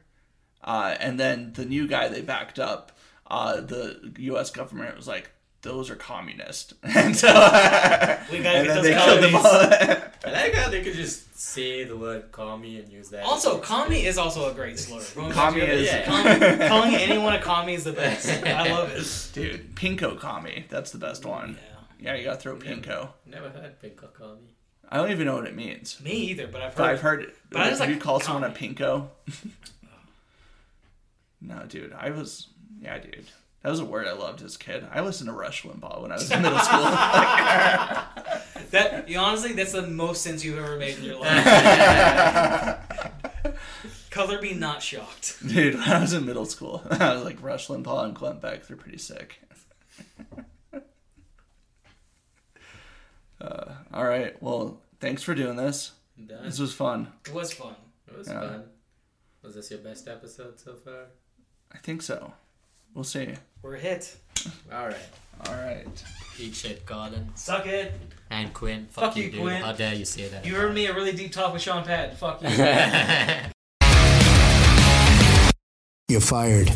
uh, and then the new guy they backed up. Uh, the U.S. government was like, "Those are communist," and so
we gotta get
and then
those
they killed them
colonies.
all.
I like how they could just say the word commie and use that.
Also, commie is also a great slur. Going back
Commie
to your-
is
Yeah.
Commie- calling anyone a commie is the best. I love it.
Dude, Pinko Kami. That's the best one. Yeah, you gotta throw Pinko.
Never heard pink or commie.
I don't even know what it means.
Me either, but I've
But I've
heard.
heard it.
But I
like,
just
if
like
you call someone a Pinko. no, dude. I was. Yeah, dude. That was a word I loved as a kid. I listened to Rush Limbaugh when I was in middle school.
That you honestly, that's the most sense you've ever made in your life. Color me not shocked.
dude, when I was in middle school, I was like, Rush Limbaugh and Glenn Beck, they're pretty sick. uh, all right. Well, thanks for doing this.
Done.
This was fun.
It was fun.
It was
Yeah.
fun. Was this your best episode so far?
I think so. We'll see.
We're a hit.
All right.
All right.
Eat shit, Colin
Suck it.
and Quinn.
Fuck you, you, dude. Quinn. How
dare you say that?
You earned me a really deep talk with Sean Patton. Fuck you.
You're fired.